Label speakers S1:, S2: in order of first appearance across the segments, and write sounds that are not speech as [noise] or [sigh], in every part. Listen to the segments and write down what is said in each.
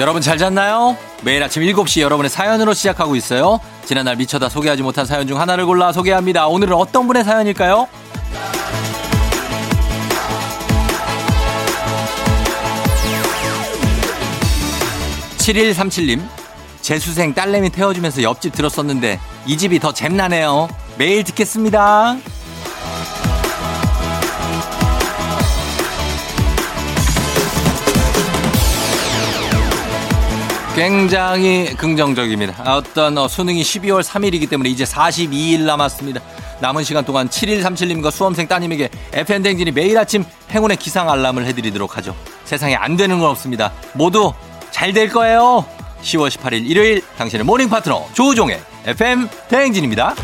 S1: 여러분 잘 잤나요? 매일 아침 7시 여러분의 사연으로 시작하고 있어요. 지난날 미쳐다 소개하지 못한 사연 중 하나를 골라 소개합니다. 오늘은 어떤 분의 사연일까요? 7137님, 재수생 딸내미 태워주면서 옆집 들었었는데 이 집이 더 잼나네요. 매일 듣겠습니다. 굉장히 긍정적입니다. 어떤 어, 수능이 12월 3일이기 때문에 이제 42일 남았습니다. 남은 시간 동안 7137님과 수험생 따님에게 FN댕진이 매일 아침 행운의 기상 알람을 해드리도록 하죠. 세상에 안 되는 건 없습니다. 모두 잘 될 거예요. 10월 18일 일요일 당신의 모닝 파트너 조우종의 FM 대행진입니다.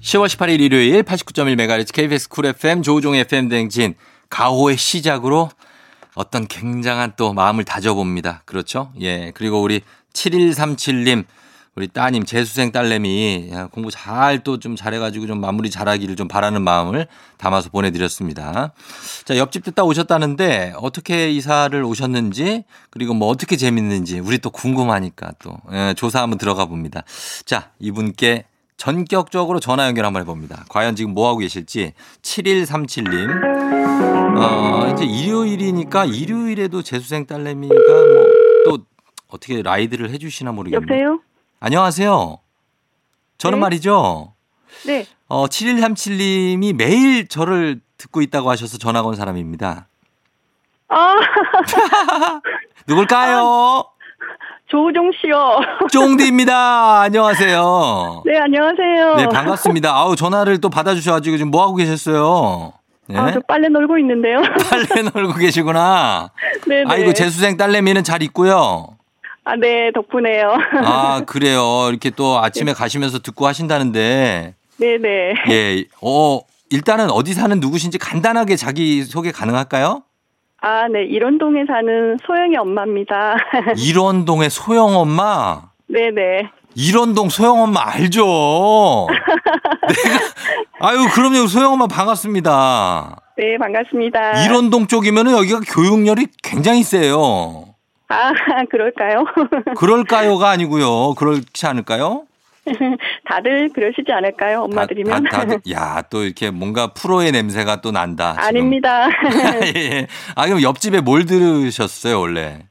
S1: 10월 18일 일요일 89.1MHz KBS 쿨 FM 조우종 FM 댕진 가호의 시작으로 어떤 굉장한 또 마음을 다져봅니다. 그렇죠? 예. 그리고 우리 7137님 우리 따님 재수생 딸내미 공부 잘 또 좀 잘해가지고 좀 마무리 잘하기를 좀 바라는 마음을 담아서 보내드렸습니다. 자 옆집 듣다 오셨다는데 어떻게 이사를 오셨는지 그리고 뭐 어떻게 재밌는지 우리 또 궁금하니까 또 예, 조사 한번 들어가 봅니다. 자 이분께 전격적으로 전화 연결 한번 해봅니다. 과연 지금 뭐 하고 계실지 7137님 어 이제 일요일이니까 일요일에도 재수생 딸내미가 뭐 또 어떻게 라이드를 해주시나 모르겠네요.
S2: 여보세요?
S1: 안녕하세요. 저는
S2: 네?
S1: 말이죠.
S2: 네.
S1: 어, 7137님이 매일 저를 듣고 있다고 하셔서 전화가 온 사람입니다.
S2: 아, [laughs]
S1: 누굴까요?
S2: 조우종 씨요. [laughs]
S1: 쫑디입니다. 안녕하세요.
S2: 네, 안녕하세요.
S1: 네, 반갑습니다. 아우, 전화를 또 받아주셔가지고 지금 뭐하고 계셨어요? 네?
S2: 아, 저 빨래 널고 있는데요. [laughs]
S1: 빨래 널고 계시구나.
S2: 네, 네.
S1: 아이고, 재수생 딸내미는 잘 있고요.
S2: 아, 네, 덕분에요. [laughs]
S1: 아, 그래요. 이렇게 또 아침에 가시면서 듣고 하신다는데,
S2: 네, 네.
S1: 예, 어, 일단은 어디 사는 누구신지 간단하게 자기 소개 가능할까요?
S2: 아, 네, 일원동에 사는 소영이 엄마입니다. [laughs]
S1: 일원동의 소영 엄마.
S2: 네, 네.
S1: 일원동 소영 엄마
S2: [laughs]
S1: 알죠? 내가 아유 그럼요 소영 엄마 반갑습니다.
S2: 네, 반갑습니다.
S1: 일원동 쪽이면은 여기가 교육열이 굉장히 세요.
S2: 아, [laughs] 그럴까요?
S1: 그럴까요가 아니고요. 그렇지 않을까요?
S2: 다들 그러시지 않을까요? 엄마들이면?
S1: 야또 이렇게 뭔가 프로의 냄새가 또 난다. 지금.
S2: [laughs] 아닙니다.
S1: 예. [laughs] 아 그럼 옆집에 뭘 들으셨어요 원래?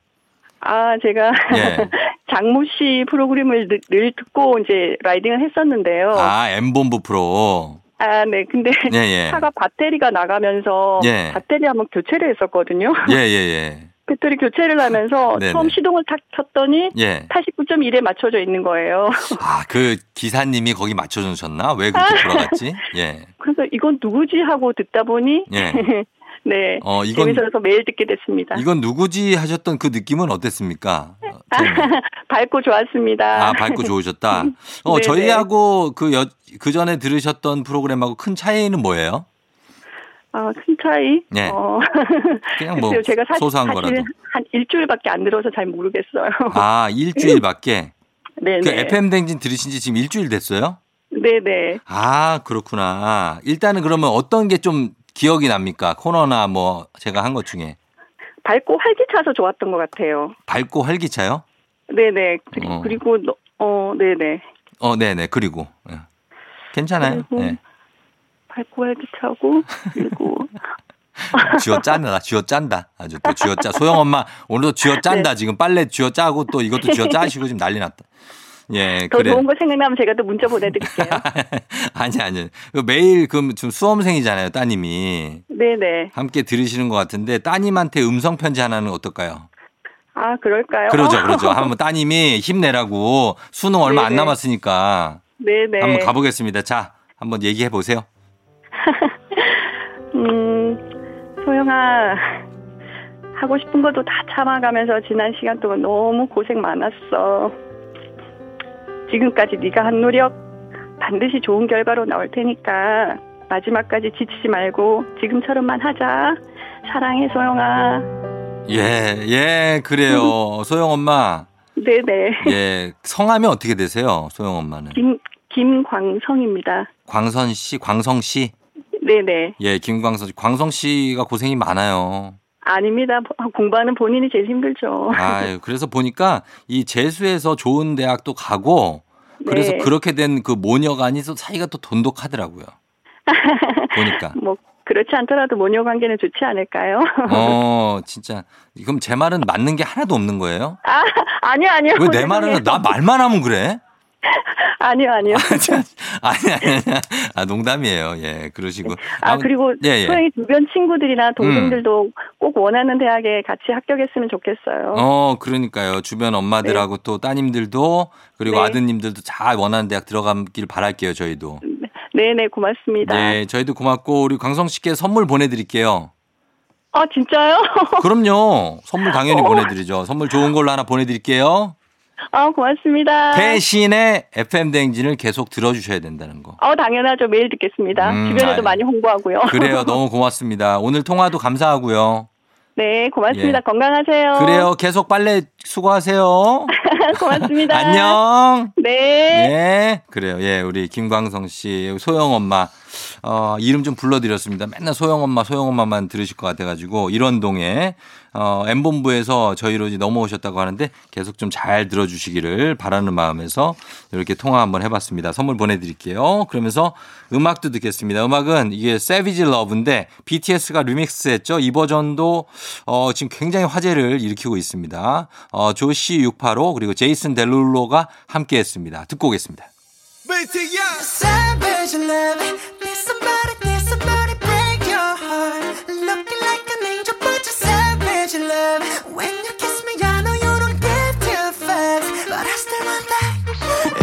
S2: 아, 제가
S1: 예.
S2: [laughs] 장모 씨 프로그램을 늘, 늘 듣고 이제 라이딩을 했었는데요.
S1: 아 엠본부 프로.
S2: 아, 네. 근데
S1: 예 예.
S2: 차가 배터리가 나가면서
S1: 예.
S2: 배터리 한번 교체를 했었거든요. [laughs]
S1: 예 예,
S2: 배터리 교체를 하면서
S1: 네네.
S2: 처음 시동을 탁 켰더니
S1: 예. 예.
S2: 89.1에 맞춰져 있는 거예요. [laughs]
S1: 아, 그 기사님이 거기 맞춰주셨나? 왜 그렇게 돌아갔지? 예.
S2: 그래서 이건 누구지 하고 듣다 보니 [laughs]
S1: 예.
S2: 네
S1: 어, 이건,
S2: 재밌어서 매일 듣게 됐습니다. [laughs]
S1: 이건 누구지 하셨던 그 느낌은 어땠습니까? 어, 처음에.
S2: 밝고 좋았습니다.
S1: 아,
S2: [laughs]
S1: 밝고 좋으셨다. 어,
S2: 네네.
S1: 저희하고 그 여, 그 전에 들으셨던 프로그램하고 큰 차이는 뭐예요?
S2: 아, 큰 차이.
S1: 예.
S2: 어,
S1: [laughs] 그냥 뭐
S2: 글쎄요. 제가 사,
S1: 소소한
S2: 사실
S1: 거라도.
S2: 한 일주일밖에 안 들어서 잘 모르겠어요.
S1: 아, 일주일밖에.
S2: [laughs] 네네.
S1: 그 FM 댕진 들으신 지 지금 일주일 됐어요?
S2: 네네.
S1: 아, 그렇구나. 일단은 그러면 어떤 게 좀 기억이 납니까? 코너나 뭐 제가 한 것 중에.
S2: 밝고 활기차서 좋았던 것 같아요.
S1: 밝고 활기차요?
S2: 네네. 그리-
S1: 어.
S2: 그리고 너- 어 네네.
S1: 어, 네네. 그리고. 예. 괜찮아요.
S2: 그리고
S1: 예.
S2: 밝고 활기차고
S1: [laughs]
S2: 그리고
S1: 쥐어 짠다. 쥐어 짠다. 아주 또 쥐어 짜. 소영 엄마 오늘도
S2: 네.
S1: 쥐어 짠다. 지금 빨래 쥐어 짜고 또 이것도 쥐어 짜시고 지금 난리 났다. 예,
S2: 더
S1: 그래.
S2: 좋은 거 생각나면 제가 또 문자 보내드릴게요.
S1: [laughs] 아니, 아니. 매일 그럼 지금 수험생이잖아요. 따님이.
S2: 네네.
S1: 함께 들으시는 것 같은데 따님한테 음성 편지 하나는 어떨까요?
S2: 아 그럴까요?
S1: 그러죠,
S2: [laughs] 어,
S1: 그러죠. 한번 따님이 힘내라고 수능 얼마 안
S2: 네네.
S1: 남았으니까
S2: 네네.
S1: 한번 가보겠습니다. 자, 한번 얘기해 보세요.
S2: 음 소영아 하고 싶은 것도 다 참아가면서 지난 시간 동안 너무 고생 많았어. 지금까지 네가 한 노력 반드시 좋은 결과로 나올 테니까 마지막까지 지치지 말고 지금처럼만 하자. 사랑해 소영아.
S1: 예, 예,
S2: [laughs]
S1: 그래요. 소영 엄마.
S2: 네네.
S1: 예, 성함이 어떻게 되세요? 소영 엄마는.
S2: 김 김광성입니다.
S1: 광선 씨, 광성 씨.
S2: 네네.
S1: 예, 김광선 씨. 광성 씨가 고생이 많아요.
S2: 아닙니다. 보- 공부하는 본인이 제일 힘들죠.
S1: 아유, 그래서 보니까 이 재수해서 좋은 대학도 가고 [laughs] 그래서
S2: 네.
S1: 그렇게 된 그 모녀간이 또 사이가 또
S2: [laughs]
S1: 돈독하더라고요. 보니까.
S2: 뭐 그렇지 않더라도 모녀 관계는 좋지 않을까요? [laughs]
S1: 어, 진짜. 그럼 제 말은 맞는 게 하나도 없는 거예요?
S2: 아 아니요 아니요.
S1: 왜 내 말은 나 말만 하면 그래?
S2: [laughs]
S1: [laughs]
S2: 아니요 아니요.
S1: 아니, 아니, 아니. 아, 농담이에요. 예, 그러시고.
S2: 아
S1: 아무-
S2: 그리고
S1: 예, 예. 음.
S2: 소영이 주변 친구들이나 동생들도 꼭 원하는 대학에 같이 합격했으면 좋겠어요.
S1: 어, 그러니까요. 주변 엄마들하고 또 따님들도 그리고
S2: 네.
S1: 아드님들도 잘 원하는 대학 들어가길 바랄게요, 저희도.
S2: 네네 고맙습니다.
S1: 예, 저희도 고맙고 우리 광성 씨께 선물 보내 드릴게요.
S2: 아 진짜요? [laughs]
S1: 그럼요. 선물
S2: 어.
S1: 당연히 보내 드리죠. 선물 좋은 걸로 하나 보내 드릴게요.
S2: 아 고맙습니다.
S1: 대신에 FM 대행진을 계속 들어 주셔야 된다는 거.
S2: 어 당연하죠 매일 듣겠습니다.
S1: 음,
S2: 주변에도
S1: 아유.
S2: 많이 홍보하고요.
S1: 그래요. 너무 고맙습니다. 오늘 통화도 감사하고요.
S2: [laughs] 네 고맙습니다.
S1: 예.
S2: 건강하세요.
S1: 그래요. 계속 빨래 수고하세요. [laughs]
S2: 고맙습니다.
S1: 안녕.
S2: 네.
S1: 예, 그래요. 예, 우리 김광성 씨, 소영 엄마, 어, 이름 좀 불러드렸습니다. 맨날 소영 엄마, 소영 엄마만 들으실 것 같아가지고, 일원동에, 어, M본부에서 저희로 이제 넘어오셨다고 하는데, 계속 좀 잘 들어주시기를 바라는 마음에서 이렇게 통화 한번 해봤습니다. 선물 보내드릴게요. 그러면서 음악도 듣겠습니다. 음악은 이게 세비지 러브인데, BTS가 리믹스 했죠. 이 버전도, 어, 지금 굉장히 화제를 일으키고 있습니다. 어, 조시 685, 그리고 제이슨 델룰로가 함께 했습니다. 듣고 오겠습니다.
S3: BTS
S4: Savage love, need somebody, need somebody break your heart. Looking like an angel, but you're savage love. When you kiss me, I know you don't give two fucks, but I still want that.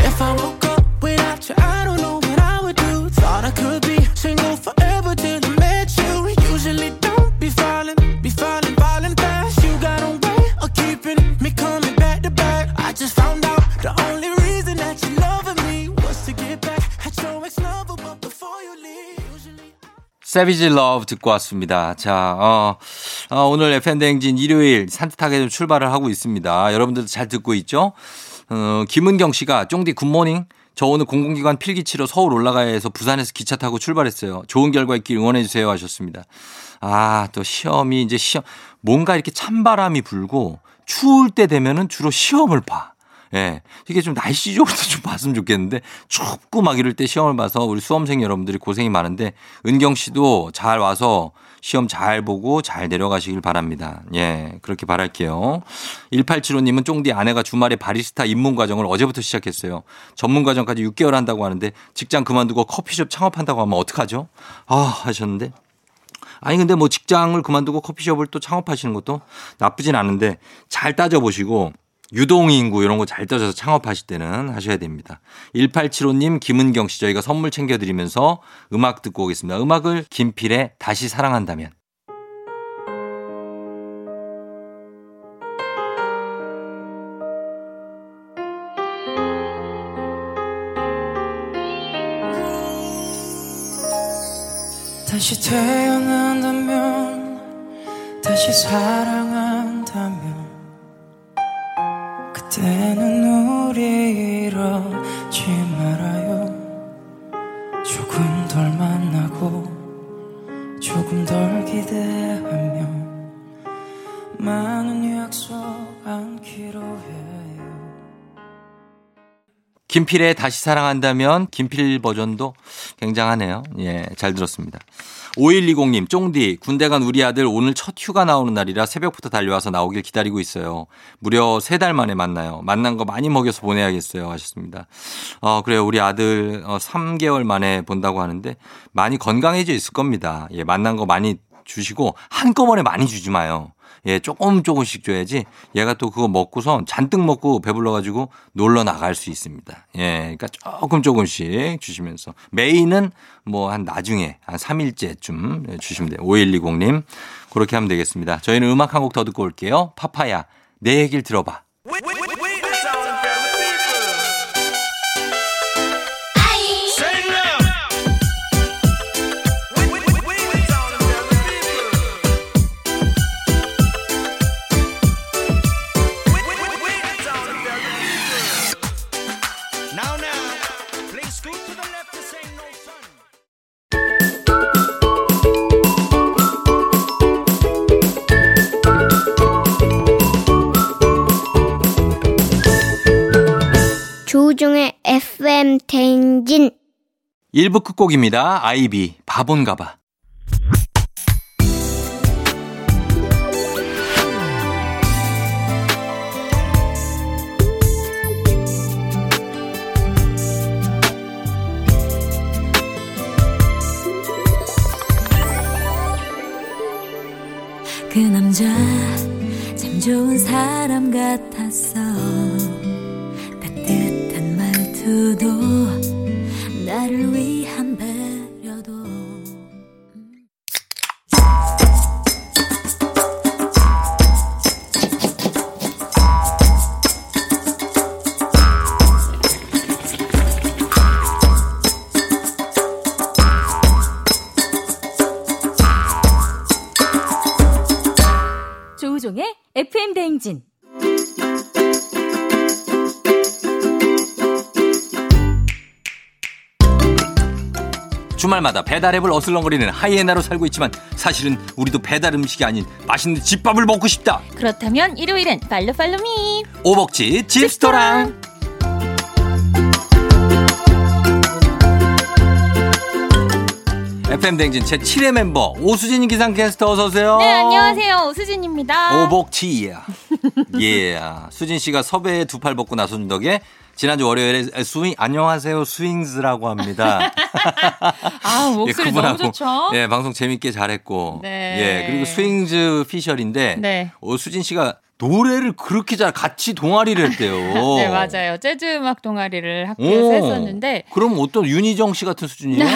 S3: If I woke up without you, I don't know what I would do. Thought I could be single forever till I met you. Usually don't be falling, be falling, falling fast. You got a way of keeping me coming back to back. I just found out the only reason that you loving me was to get back at your ex lover. But before you leave, usually.
S1: 세비지 러브 듣고 왔습니다. 자, 어, 어, 오늘 FM대행진 일요일 산뜻하게 좀 출발을 하고 있습니다. 여러분들도 잘 듣고 있죠? 어, 김은경 씨가 쫑디 굿모닝. 저 오늘 공공기관 필기치러 서울 올라가야 해서 부산에서 기차 타고 출발했어요. 좋은 결과 있길 응원해주세요 하셨습니다. 아, 또 시험이 이제 시험, 뭔가 이렇게 찬바람이 불고 추울 때 되면은 주로 시험을 봐. 예. 이게 좀 날씨 좋을 때 좀 봤으면 좋겠는데 춥고 막 이럴 때 시험을 봐서 우리 수험생 여러분들이 고생이 많은데 은경 씨도 잘 와서 시험 잘 보고 잘 내려가시길 바랍니다. 예. 그렇게 바랄게요. 1875님은 쫑디 아내가 주말에 바리스타 입문 과정을 어제부터 시작했어요. 전문 과정까지 6개월 한다고 하는데 직장 그만두고 커피숍 창업한다고 하면 어떡하죠? 아, 하셨는데 아니 근데 뭐 직장을 그만두고 커피숍을 또 창업하시는 것도 나쁘진 않은데 잘 따져보시고 유동인구 이런 거 잘 따져서 창업하실 때는 하셔야 됩니다. 1875님 김은경 씨 저희가 선물 챙겨드리면서 음악 듣고 오겠습니다. 음악을 김필의 다시 사랑한다면
S3: 다시 태어난다면 다시 사랑한다면 그때는 우리 이러지 말아요 조금 덜 만나고 조금 덜 기대하며 많은 약속 안기로 해요
S1: 김필의 다시 사랑한다면 김필 버전도 굉장하네요. 예, 잘 들었습니다. 5120님, 쫑디, 군대 간 우리 아들 오늘 첫 휴가 나오는 날이라 새벽부터 달려와서 나오길 기다리고 있어요. 무려 세 달 만에 만나요. 만난 거 많이 먹여서 보내야겠어요. 하셨습니다. 어, 그래요. 우리 아들 어, 3개월 만에 본다고 하는데 많이 건강해져 있을 겁니다. 예, 만난 거 많이 주시고 한꺼번에 많이 주지 마요. 예, 조금 조금씩 줘야지 얘가 또 그거 먹고선 잔뜩 먹고 배불러가지고 놀러 나갈 수 있습니다. 예, 그러니까 조금 조금씩 주시면서 메인은 뭐 한 나중에 한 3일째쯤 주시면 돼요. 5120님. 그렇게 하면 되겠습니다. 저희는 음악 한 곡 더 듣고 올게요. 파파야, 내 얘기를 들어봐.
S4: Aye.
S5: 조종의 FM 대행진
S1: 1부 끝곡입니다. 아이비, 바본가 봐.
S6: 그 남자 참 좋은 사람 같았어 따뜻한 말투도 나를 위한 배려도 조우종의 FM 대행진
S1: 주말마다 배달앱을 어슬렁거리는 하이에나로 살고 있지만 사실은 우리도 배달 음식이 아닌 맛있는 집밥을 먹고 싶다.
S6: 그렇다면 일요일엔 팔로 팔로미
S1: 오복지 집스토랑. FM 댕진 제 7회 멤버 오수진 기상캐스터 어서 오세요.
S6: 네 안녕하세요 오수진입니다
S1: 오복치야.
S6: [laughs]
S1: 예. 수진 씨가 섭외에 두 팔 벗고 나선 덕에 지난주 월요일에 스윙 안녕하세요 스윙스라고 합니다. [laughs]
S6: [laughs]
S1: 예,
S6: 아 목소리 너무
S1: 그분하고,
S6: 좋죠
S1: 예, 방송 재밌게 잘했고.
S6: 네.
S1: 예, 그리고 스윙즈 피셜인데
S6: 네.
S1: 어, 수진 씨가 노래를 그렇게 잘 같이 동아리를 했대요.
S6: [laughs] 네 맞아요 재즈 음악 [laughs] 동아리를 학교에서
S1: 오.
S6: 했었는데
S1: 그럼 어떤 윤희정 씨 같은
S6: [laughs]
S1: 수준이에요?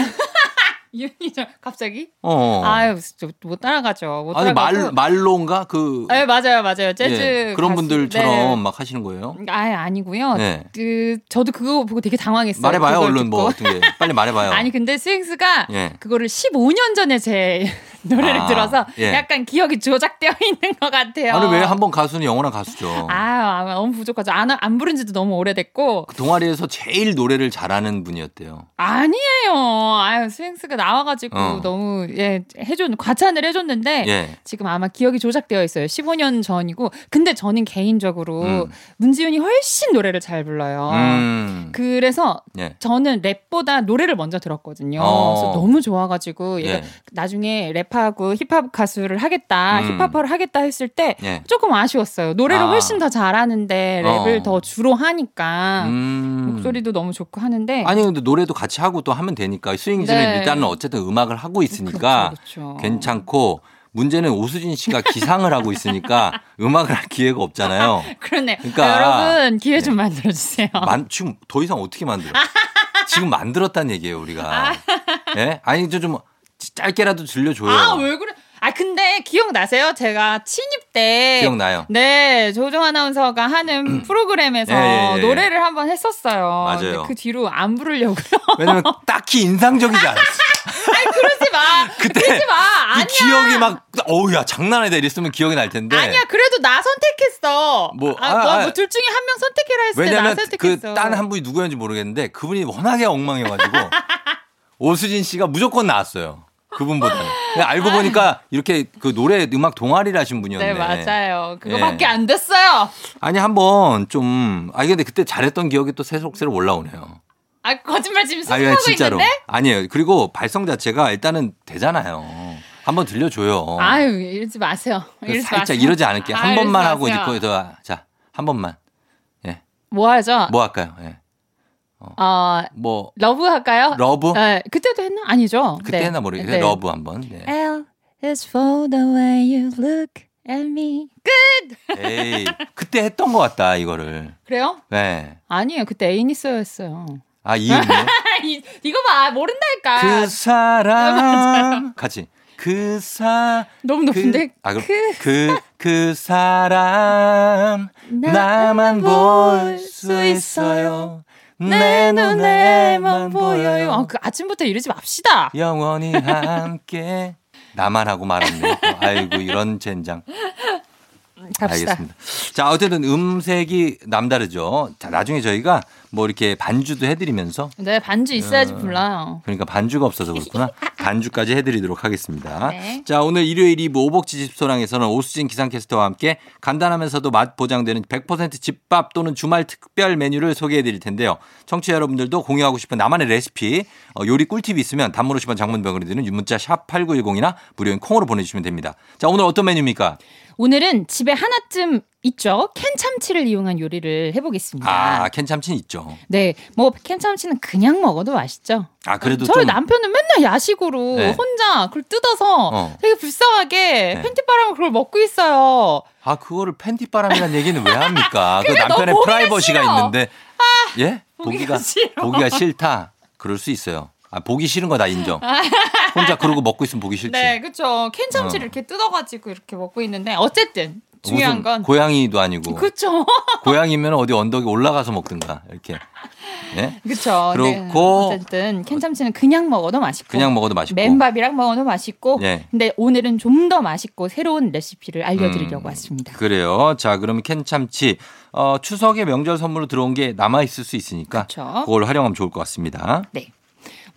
S6: 윤희정 갑자기
S1: 어.
S6: 아유 저못 따라가죠 못
S1: 아니 말
S6: 따라가고
S1: 말로인가 그
S6: 네, 맞아요 맞아요 재즈
S1: 예, 그런
S6: 가수.
S1: 분들처럼
S6: 네.
S1: 막 하시는 거예요?
S6: 아예 아니고요.
S1: 네.
S6: 그 저도 그거 보고 되게 당황했어요.
S1: 말해봐요
S6: 그걸
S1: 얼른
S6: 듣고.
S1: 뭐 어떤 게 빨리 말해봐요.
S6: [laughs] 아니 근데 스윙스가
S1: 예.
S6: 그거를 15년 전에 제 [laughs] 노래를
S1: 아,
S6: 들어서
S1: 예.
S6: 약간 기억이 조작되어 [laughs] 있는 것 같아요.
S1: 아니 왜 한 번 가수는 영원한 가수죠.
S6: 어. 아유 아, 너무 부족하죠. 안, 안 부른 지도 너무 오래됐고
S1: 그 동아리에서 제일 노래를 잘하는 분이었대요.
S6: 아니에요. 아유 스윙스가 나와가지고
S1: 어.
S6: 너무 예 해준 과찬을 해줬는데
S1: 예.
S6: 지금 아마 기억이 조작되어 있어요. 15년 전이고 근데 저는 개인적으로
S1: 음.
S6: 문지윤이 훨씬 노래를 잘 불러요.
S1: 음.
S6: 어. 그래서
S1: 예.
S6: 저는 랩보다 노래를 먼저 들었거든요.
S1: 어.
S6: 그래서 너무 좋아가지고 얘가
S1: 예.
S6: 나중에 랩하고 힙합 가수를 하겠다,
S1: 음.
S6: 힙합을 하겠다 했을 때
S1: 예.
S6: 조금 아쉬웠어요. 노래를
S1: 아.
S6: 훨씬 더 잘하는데 랩을
S1: 어.
S6: 더 주로 하니까
S1: 음.
S6: 아, 목소리도 너무 좋고 하는데
S1: 아니 근데 노래도 같이 하고 또 하면 되니까 스윙즈는
S6: 네.
S1: 일단은 어쨌든 음악을 하고 있으니까
S6: 그렇죠, 그렇죠.
S1: 그러니까 괜찮고 문제는 오수진 씨가 기상을 하고 있으니까 음악을 할 기회가 없잖아요.
S6: 그러네요.
S1: 그러니까-
S6: 여러분 기회 좀 만들어 주세요.
S1: 만, 지금 더 이상 어떻게 만들어? 지금 만들었단 얘기예요
S6: 아.
S1: 우리가. 예? 아니 저 좀 짧게라도 들려줘요.
S6: 아 왜 그래? 아 근데 기억나세요? 제가 친입 때
S1: 기억나요?
S6: 네, 조정 아나운서가 [clears throat] 하는 프로그램에서
S1: 예, 예, 예.
S6: 노래를 한번 했었어요.
S1: 맞아요.
S6: 근데 그 뒤로 안 [laughs] 부르려고요.
S1: 왜냐면 딱히 인상적이지 않았어.
S6: 그러지 마.
S1: 그때
S6: 그러지 마.
S1: 이
S6: 아니야.
S1: 기억이 막 어우야 장난 아니다 이랬으면 기억이 날 텐데.
S6: 아니야. 그래도 나 선택했어.
S1: 뭐,
S6: 아,
S1: 아,
S6: 네. 뭐,
S1: 아.
S6: 뭐 둘 중에 한 명 선택해라 했을 때 나
S1: 왜냐면 그
S6: 선택했어.
S1: 딴 한 분이 누구였는지 모르겠는데 그분이 워낙에 엉망해가지고 [laughs] 오수진 씨가 무조건 나왔어요. 그분보다는. 근데 알고 보니까 이렇게 그 노래 음악 동아리를 하신 분이었네.
S6: 네, 맞아요. 그거밖에
S1: 예.
S6: 안 됐어요.
S1: 아니 한번 좀 아니 근데 그때 잘했던 기억이 또 새록새록 올라오네요.
S6: 아, 거짓말 지금
S1: 아니
S6: 수습하고
S1: 아니, 진짜로.
S6: 있는데?
S1: 아니에요. 그리고 발성 자체가 일단은 되잖아요. 한번 들려줘요.
S6: 아유, 이러지 마세요. 어. 그 이러지
S1: 그 살짝
S6: 마세요.
S1: 이러지 않을게. 한
S6: 아, 이러지
S1: 번만 하고 이제
S6: 마세요.
S1: 거기서 자한 번만
S6: 뭐 하죠?
S1: 뭐 할까요? 예.
S6: 어,
S1: 뭐
S6: 러브 할까요?
S1: 러브
S6: 네, 그때도 했나? 아니죠.
S1: 그때
S6: 네.
S1: 했나 모르겠어요.
S6: 네.
S1: 러브 한번. 어, 네.
S6: L is for the way you look at me. 끝.
S1: 에이, 그때 했던 것 같다, 이거를.
S6: 그래요?
S1: 네.
S6: 아니에요. 그때 애니스였어요.
S1: 아, [laughs] 이음이요?
S6: 이거 봐 모른다니까.
S1: 그 [laughs] 사람. 같이. 그 사.
S6: 너무
S1: 그,
S6: 높은데.
S1: 아, 그, 그, 그 사람. 나만 볼 수 있어요. 내 눈에만
S6: 아,
S1: 보여요. 예,
S6: 그 아침부터 이러지 맙시다.
S1: 영원히 함께. 나만 하고 말았네. 아이고, 이런 젠장.
S6: 갑시다.
S1: 알겠습니다. 자, 어쨌든 음색이 남다르죠. 자, 나중에 저희가 뭐 이렇게 반주도 해드리면서
S6: 네, 반주 있어야지 불러요.
S1: 그러니까 반주가 없어서 [laughs] 그렇구나. 반주까지 해드리도록 하겠습니다.
S6: 네.
S1: 자, 오늘 일요일 2부 오복지 집소랑에서는 오수진 기상캐스터와 함께 간단하면서도 맛 보장되는 100% 집밥 또는 주말 특별 메뉴를 소개해 드릴 텐데요. 청취자 여러분들도 공유하고 싶은 나만의 레시피, 어, 요리 꿀팁이 있으면 단문 50원 장문병으로 드는 문자 샵 8910이나 무료인 콩으로 보내주시면 됩니다. 자, 오늘 어떤 메뉴입니까?
S6: 오늘은 집에 하나쯤 있죠. 캔참치를 이용한 요리를 해보겠습니다.
S1: 아, 캔참치 있죠.
S6: 네, 뭐 캔참치는 그냥 먹어도 맛있죠.
S1: 아, 그래도
S6: 저희
S1: 좀.
S6: 남편은 맨날 야식으로
S1: 네.
S6: 혼자 그걸 뜯어서
S1: 어.
S6: 되게 불쌍하게
S1: 네.
S6: 팬티바람을 그걸 먹고 있어요.
S1: 아, 그거를 팬티바람이란 얘기는 왜
S6: [laughs]
S1: 합니까? 그 남편의
S6: 너무 보기가
S1: 프라이버시가
S6: 싫어. 아,
S1: 있는데. 예?
S6: 보기가
S1: 보기가,
S6: 싫어.
S1: 보기가 싫다. 그럴 수 있어요. 아, 보기 싫은 거 다 인정. 혼자 그러고 먹고 있으면 보기 싫지.
S6: 네, 그렇죠. 캔참치를
S1: 어.
S6: 이렇게 뜯어가지고 이렇게 먹고 있는데 어쨌든 중요한
S1: 무슨
S6: 건
S1: 고양이도 아니고
S6: 그렇죠.
S1: 고양이면 어디 언덕에 올라가서 먹든가 이렇게 예?
S6: [laughs] 그렇죠.
S1: 그렇고.
S6: 어쨌든 캔참치는 그냥 먹어도 맛있고
S1: 그냥 먹어도 맛있고
S6: 맨밥이랑 먹어도 맛있고
S1: 예.
S6: 근데 오늘은 좀 더 맛있고 새로운 레시피를 알려드리려고
S1: 음,
S6: 왔습니다.
S1: 그래요. 자, 그럼 캔참치 어, 추석에 명절 선물로 들어온 게 남아 있을 수 있으니까
S6: 그쵸.
S1: 그걸 활용하면 좋을 것 같습니다.
S6: 네.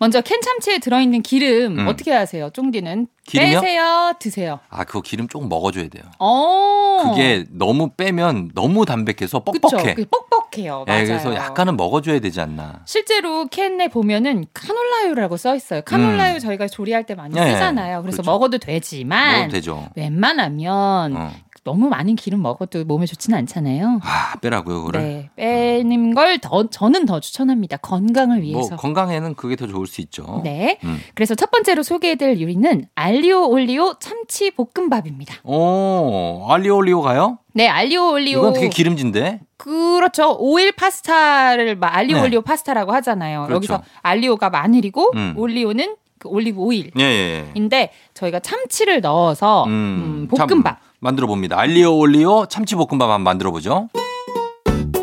S6: 먼저 캔참치에 들어있는 기름
S1: 음.
S6: 어떻게 하세요? 쫑디는
S1: 기름이요?
S6: 빼세요, 드세요.
S1: 아, 그거 기름 조금 먹어줘야 돼요.
S6: 어.
S1: 그게 너무 빼면 너무 담백해서
S6: 그쵸?
S1: 뻑뻑해.
S6: 그게 뻑뻑해요. 맞아요.
S1: 예, 그래서 약간은 먹어줘야 되지 않나.
S6: 실제로 캔에 보면은 카놀라유라고 써 있어요. 카놀라유 저희가 조리할 때 많이
S1: 음. 예,
S6: 쓰잖아요. 그래서
S1: 그렇죠.
S6: 먹어도 되지만
S1: 먹어도 되죠.
S6: 웬만하면
S1: 어.
S6: 너무 많은 기름 먹어도 몸에 좋지는 않잖아요.
S1: 아, 빼라고요, 그걸.
S6: 네, 빼는 걸 더 저는 더 추천합니다. 건강을
S1: 뭐
S6: 네, 위해서.
S1: 건강에는 그게 더 좋을 수 있죠.
S6: 네.
S1: 음.
S6: 그래서 첫 번째로 소개해드릴 요리는 알리오 올리오 참치 볶음밥입니다.
S1: 오, 알리오 올리오 가요?
S6: 네, 알리오 올리오.
S1: 이건 되게 기름진데.
S6: 그렇죠. 오일 파스타를 마- 알리오
S1: 네.
S6: 올리오 파스타라고 하잖아요.
S1: 그렇죠.
S6: 여기서 알리오가 마늘이고
S1: 음.
S6: 올리오는 그 올리브 오일.
S1: 예, 예. 예.
S6: 인데 저희가 참치를 넣어서 음,
S1: 참,
S6: 볶음밥
S1: 만들어 봅니다. 알리오 올리오 참치 볶음밥 한번 만들어 보죠.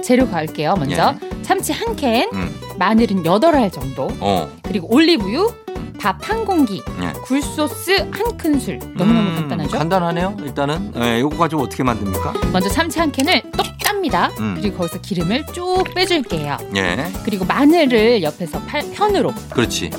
S6: 재료 갈게요. 먼저 참치 한 캔,
S1: 예. 음.
S6: 마늘은 8알 정도,
S1: 어.
S6: 그리고 올리브유, 밥 한 공기,
S1: 예.
S6: 굴소스 한 큰술. 너무너무
S1: 음,
S6: 간단하죠?
S1: 간단하네요. 일단은 예, 요거 가지고 어떻게 만듭니까?
S6: 먼저 참치 한 캔을 똑 짭니다.
S1: 음.
S6: 그리고 거기서 기름을 쭉 빼줄게요.
S1: 예.
S6: 그리고 마늘을 옆에서 팔, 편으로
S1: 그렇지.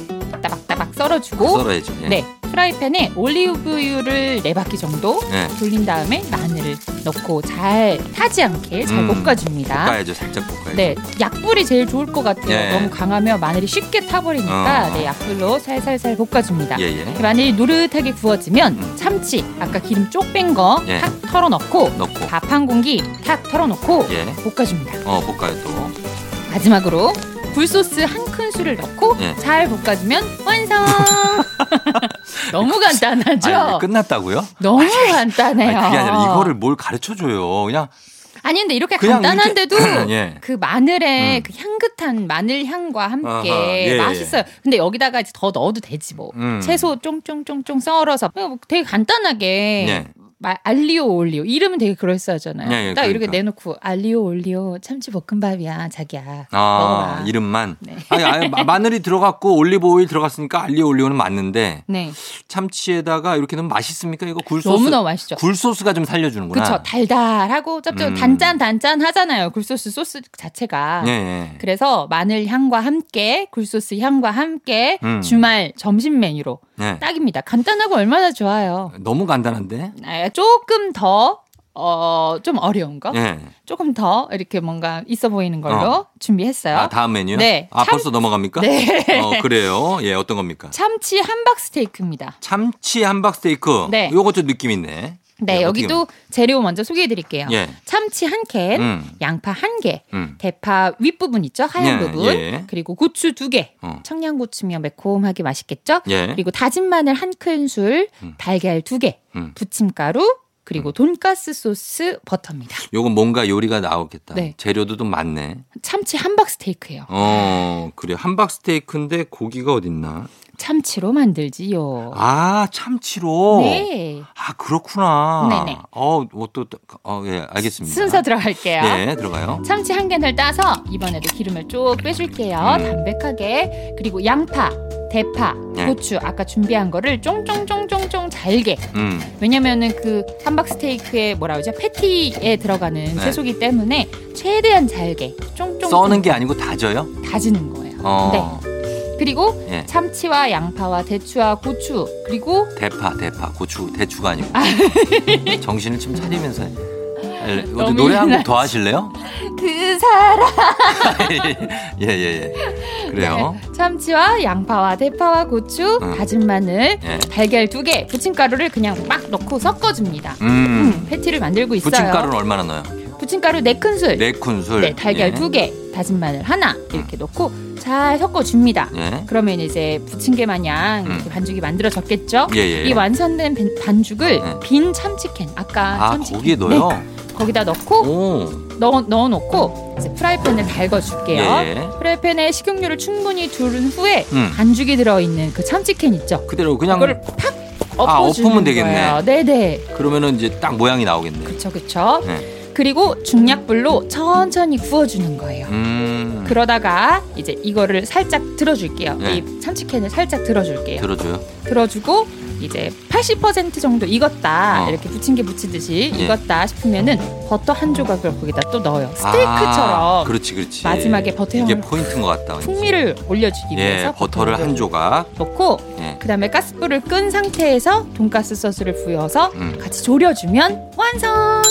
S6: 따박따박 썰어주고
S1: 썰어야죠. 예.
S6: 네 프라이팬에 올리브유를 네 바퀴 정도
S1: 예.
S6: 돌린 다음에 마늘을 넣고 잘 타지 않게 잘
S1: 음,
S6: 볶아줍니다.
S1: 볶아야죠. 살짝 볶아야죠.
S6: 네, 약불이 제일 좋을 것 같아요.
S1: 예.
S6: 너무 강하면 마늘이 쉽게 타버리니까
S1: 어.
S6: 네, 약불로 살살살 볶아줍니다. 그
S1: 예, 예.
S6: 마늘이 노릇하게 구워지면
S1: 음.
S6: 참치, 아까 기름 쪽 뺀 거 탁
S1: 예.
S6: 털어넣고
S1: 넣고.
S6: 밥 한 공기 탁 털어놓고
S1: 예.
S6: 볶아줍니다.
S1: 어, 볶아요 또.
S6: 마지막으로 굴소스 한 큰술을 넣고
S1: 예.
S6: 잘 볶아주면
S1: [laughs]
S6: 완성. 너무 간단하죠?
S1: 아니, 이게 끝났다고요?
S6: 너무 간단해요.
S1: 아니, 그게 아니라 이거를 뭘 가르쳐 줘요. 그냥
S6: 아니, 근데 이렇게
S1: 그냥
S6: 간단한데도
S1: 이렇게- [clears throat] 예.
S6: 그 마늘의
S1: 음.
S6: 그 향긋한 마늘 향과 함께
S1: 아하, 예, 예.
S6: 맛있어요. 근데 여기다가 이제 더 넣어도 되지 뭐.
S1: 음.
S6: 채소 쫑쫑쫑쫑 썰어서 그냥 뭐 되게 간단하게
S1: 예.
S6: 마- 알리오 올리오 이름은 되게 그럴싸하잖아요.
S1: 예, 예,
S6: 딱 이렇게
S1: 그러니까.
S6: 내놓고 알리오 올리오 참치 볶음밥이야 자기야.
S1: 아,
S6: 먹어봐.
S1: 이름만.
S6: 네.
S1: 아니, 아니, 마- 마늘이 들어갔고 올리브 오일 들어갔으니까 알리오 올리오는 맞는데
S6: 네,
S1: 참치에다가 이렇게 넣으면 맛있습니까? 이거 굴소스.
S6: 너무 너무 맛있죠.
S1: 굴소스가 좀 살려주는구나.
S6: 그렇죠. 달달하고 짭짤
S1: 음.
S6: 단짠 단짠 하잖아요. 굴소스 소스 자체가.
S1: 예, 예.
S6: 그래서 마늘 향과 함께 굴소스 향과 함께
S1: 음.
S6: 주말 점심 메뉴로
S1: 예.
S6: 딱입니다. 간단하고 얼마나 좋아요.
S1: 너무 간단한데.
S6: 아, 조금 더 어, 좀 어려운 거,
S1: 예.
S6: 조금 더 이렇게 뭔가 있어 보이는 걸로
S1: 어.
S6: 준비했어요.
S1: 아 다음 메뉴.
S6: 네.
S1: 아
S6: 참-
S1: 벌써 넘어갑니까?
S6: 네.
S1: 어 그래요. 예 어떤 겁니까?
S6: 참치 함박 스테이크입니다.
S1: 참치 함박 스테이크.
S6: 네.
S1: 요것도 느낌 있네.
S6: 네,
S1: 예,
S6: 여기도 재료 먼저 소개해 드릴게요.
S1: 어떻게- 예.
S6: 참치 한 캔,
S1: 음.
S6: 양파 한 개,
S1: 음.
S6: 대파 윗부분 있죠? 하얀
S1: 예,
S6: 부분.
S1: 예.
S6: 그리고 고추 두 개.
S1: 어.
S6: 청양고추면 매콤하게 맛있겠죠?
S1: 예.
S6: 그리고 다진 마늘 한 큰술,
S1: 음.
S6: 달걀 두 개,
S1: 음.
S6: 부침가루, 그리고 돈가스 소스 버터입니다. [laughs]
S1: 요건 뭔가 요리가 나오겠다.
S6: 네.
S1: 재료도 좀 많네.
S6: 참치 함박 스테이크예요.
S1: 어 그래 함박 스테이크인데 고기가 어딨나?
S6: 참치로 만들지요.
S1: 아 참치로.
S6: 네.
S1: 아 그렇구나. 어, 뭐
S6: 네네.
S1: 어또어예 알겠습니다.
S6: 순서 들어갈게요. 음.
S1: 예 들어가요.
S6: 참치 한 캔을 따서 이번에도 기름을 쭉 빼줄게요. 담백하게. 그리고 양파, 대파,
S1: 음. 네.
S6: 고추 아까 준비한 거를 쫑쫑쫑쫑쫑 잘게
S1: 음.
S6: 왜냐면은 그 함박스테이크에 뭐라 그러죠 패티에 들어가는 채소기 때문에 최대한 잘게 쫑쫑
S1: 네. 써는 게 아니고 다져요?
S6: 다지는 거예요. 네.
S1: 어.
S6: 그리고
S1: 예.
S6: 참치와 양파와 대추와 고추 그리고
S1: 대파, 대파, 고추, 대추가 아니고.
S6: [laughs]
S1: 정신을 좀 차리면서 해. 네,
S6: 너무
S1: 노래 한 곡
S6: 일어나지.
S1: 더 하실래요? [laughs]
S6: 그 사람
S1: 예, 예, 예. 그래요.
S6: 참치와 양파와 대파와 고추
S1: 음.
S6: 다진 마늘
S1: 예.
S6: 달걀 두 개 부침가루를 그냥 막 넣고 섞어줍니다.
S1: 음.
S6: 음, 패티를 만들고 있어요.
S1: 부침가루는 얼마나 넣어요?
S6: 부침가루 네 큰술,
S1: 네 음. 큰술.
S6: 네, 달걀
S1: 예.
S6: 두 개, 다진 마늘 하나 이렇게 넣고 잘 섞어줍니다.
S1: 예.
S6: 그러면 이제 부침개 마냥
S1: 음.
S6: 이렇게 반죽이 만들어졌겠죠?
S1: 예, 예.
S6: 이 완성된 빈- 반죽을
S1: 네.
S6: 빈 참치캔 아까
S1: 아,
S6: 참치캔
S1: 거기에 넣어요?
S6: 네, 거기다 넣고
S1: 오.
S6: 넣어 넣어놓고 이제 프라이팬을 달궈줄게요.
S1: 예.
S6: 프라이팬에 식용유를 충분히 두른 후에
S1: 음.
S6: 반죽이 들어있는 그 참치캔 있죠?
S1: 그대로 그냥
S6: 그걸 팍
S1: 아,
S6: 엎어주는
S1: 엎으면 되겠네.
S6: 거예요. 네네.
S1: 그러면은 이제 딱 모양이 나오겠네.
S6: 그쵸 그쵸.
S1: 네.
S6: 그리고 중약불로 천천히 구워주는 거예요.
S1: 음.
S6: 그러다가 이제 이거를 살짝 들어줄게요.
S1: 네.
S6: 이 참치캔을 살짝 들어줄게요.
S1: 들어줘요.
S6: 들어주고 이제 80% 정도 익었다
S1: 어.
S6: 이렇게 부침개 부치듯이
S1: 예.
S6: 익었다 싶으면은 버터 한 조각을 거기다 또 넣어요.
S1: 아,
S6: 스테이크처럼
S1: 그렇지, 그렇지.
S6: 마지막에 버터
S1: 이게
S6: 향을
S1: 포인트인 것 같다. 왠지.
S6: 풍미를 올려주기 위해서
S1: 예, 버터를 한 조각.
S6: 넣고
S1: 예.
S6: 그다음에 가스불을 끈 상태에서 돈가스 소스를 부어서
S1: 음.
S6: 같이 졸여주면 완성.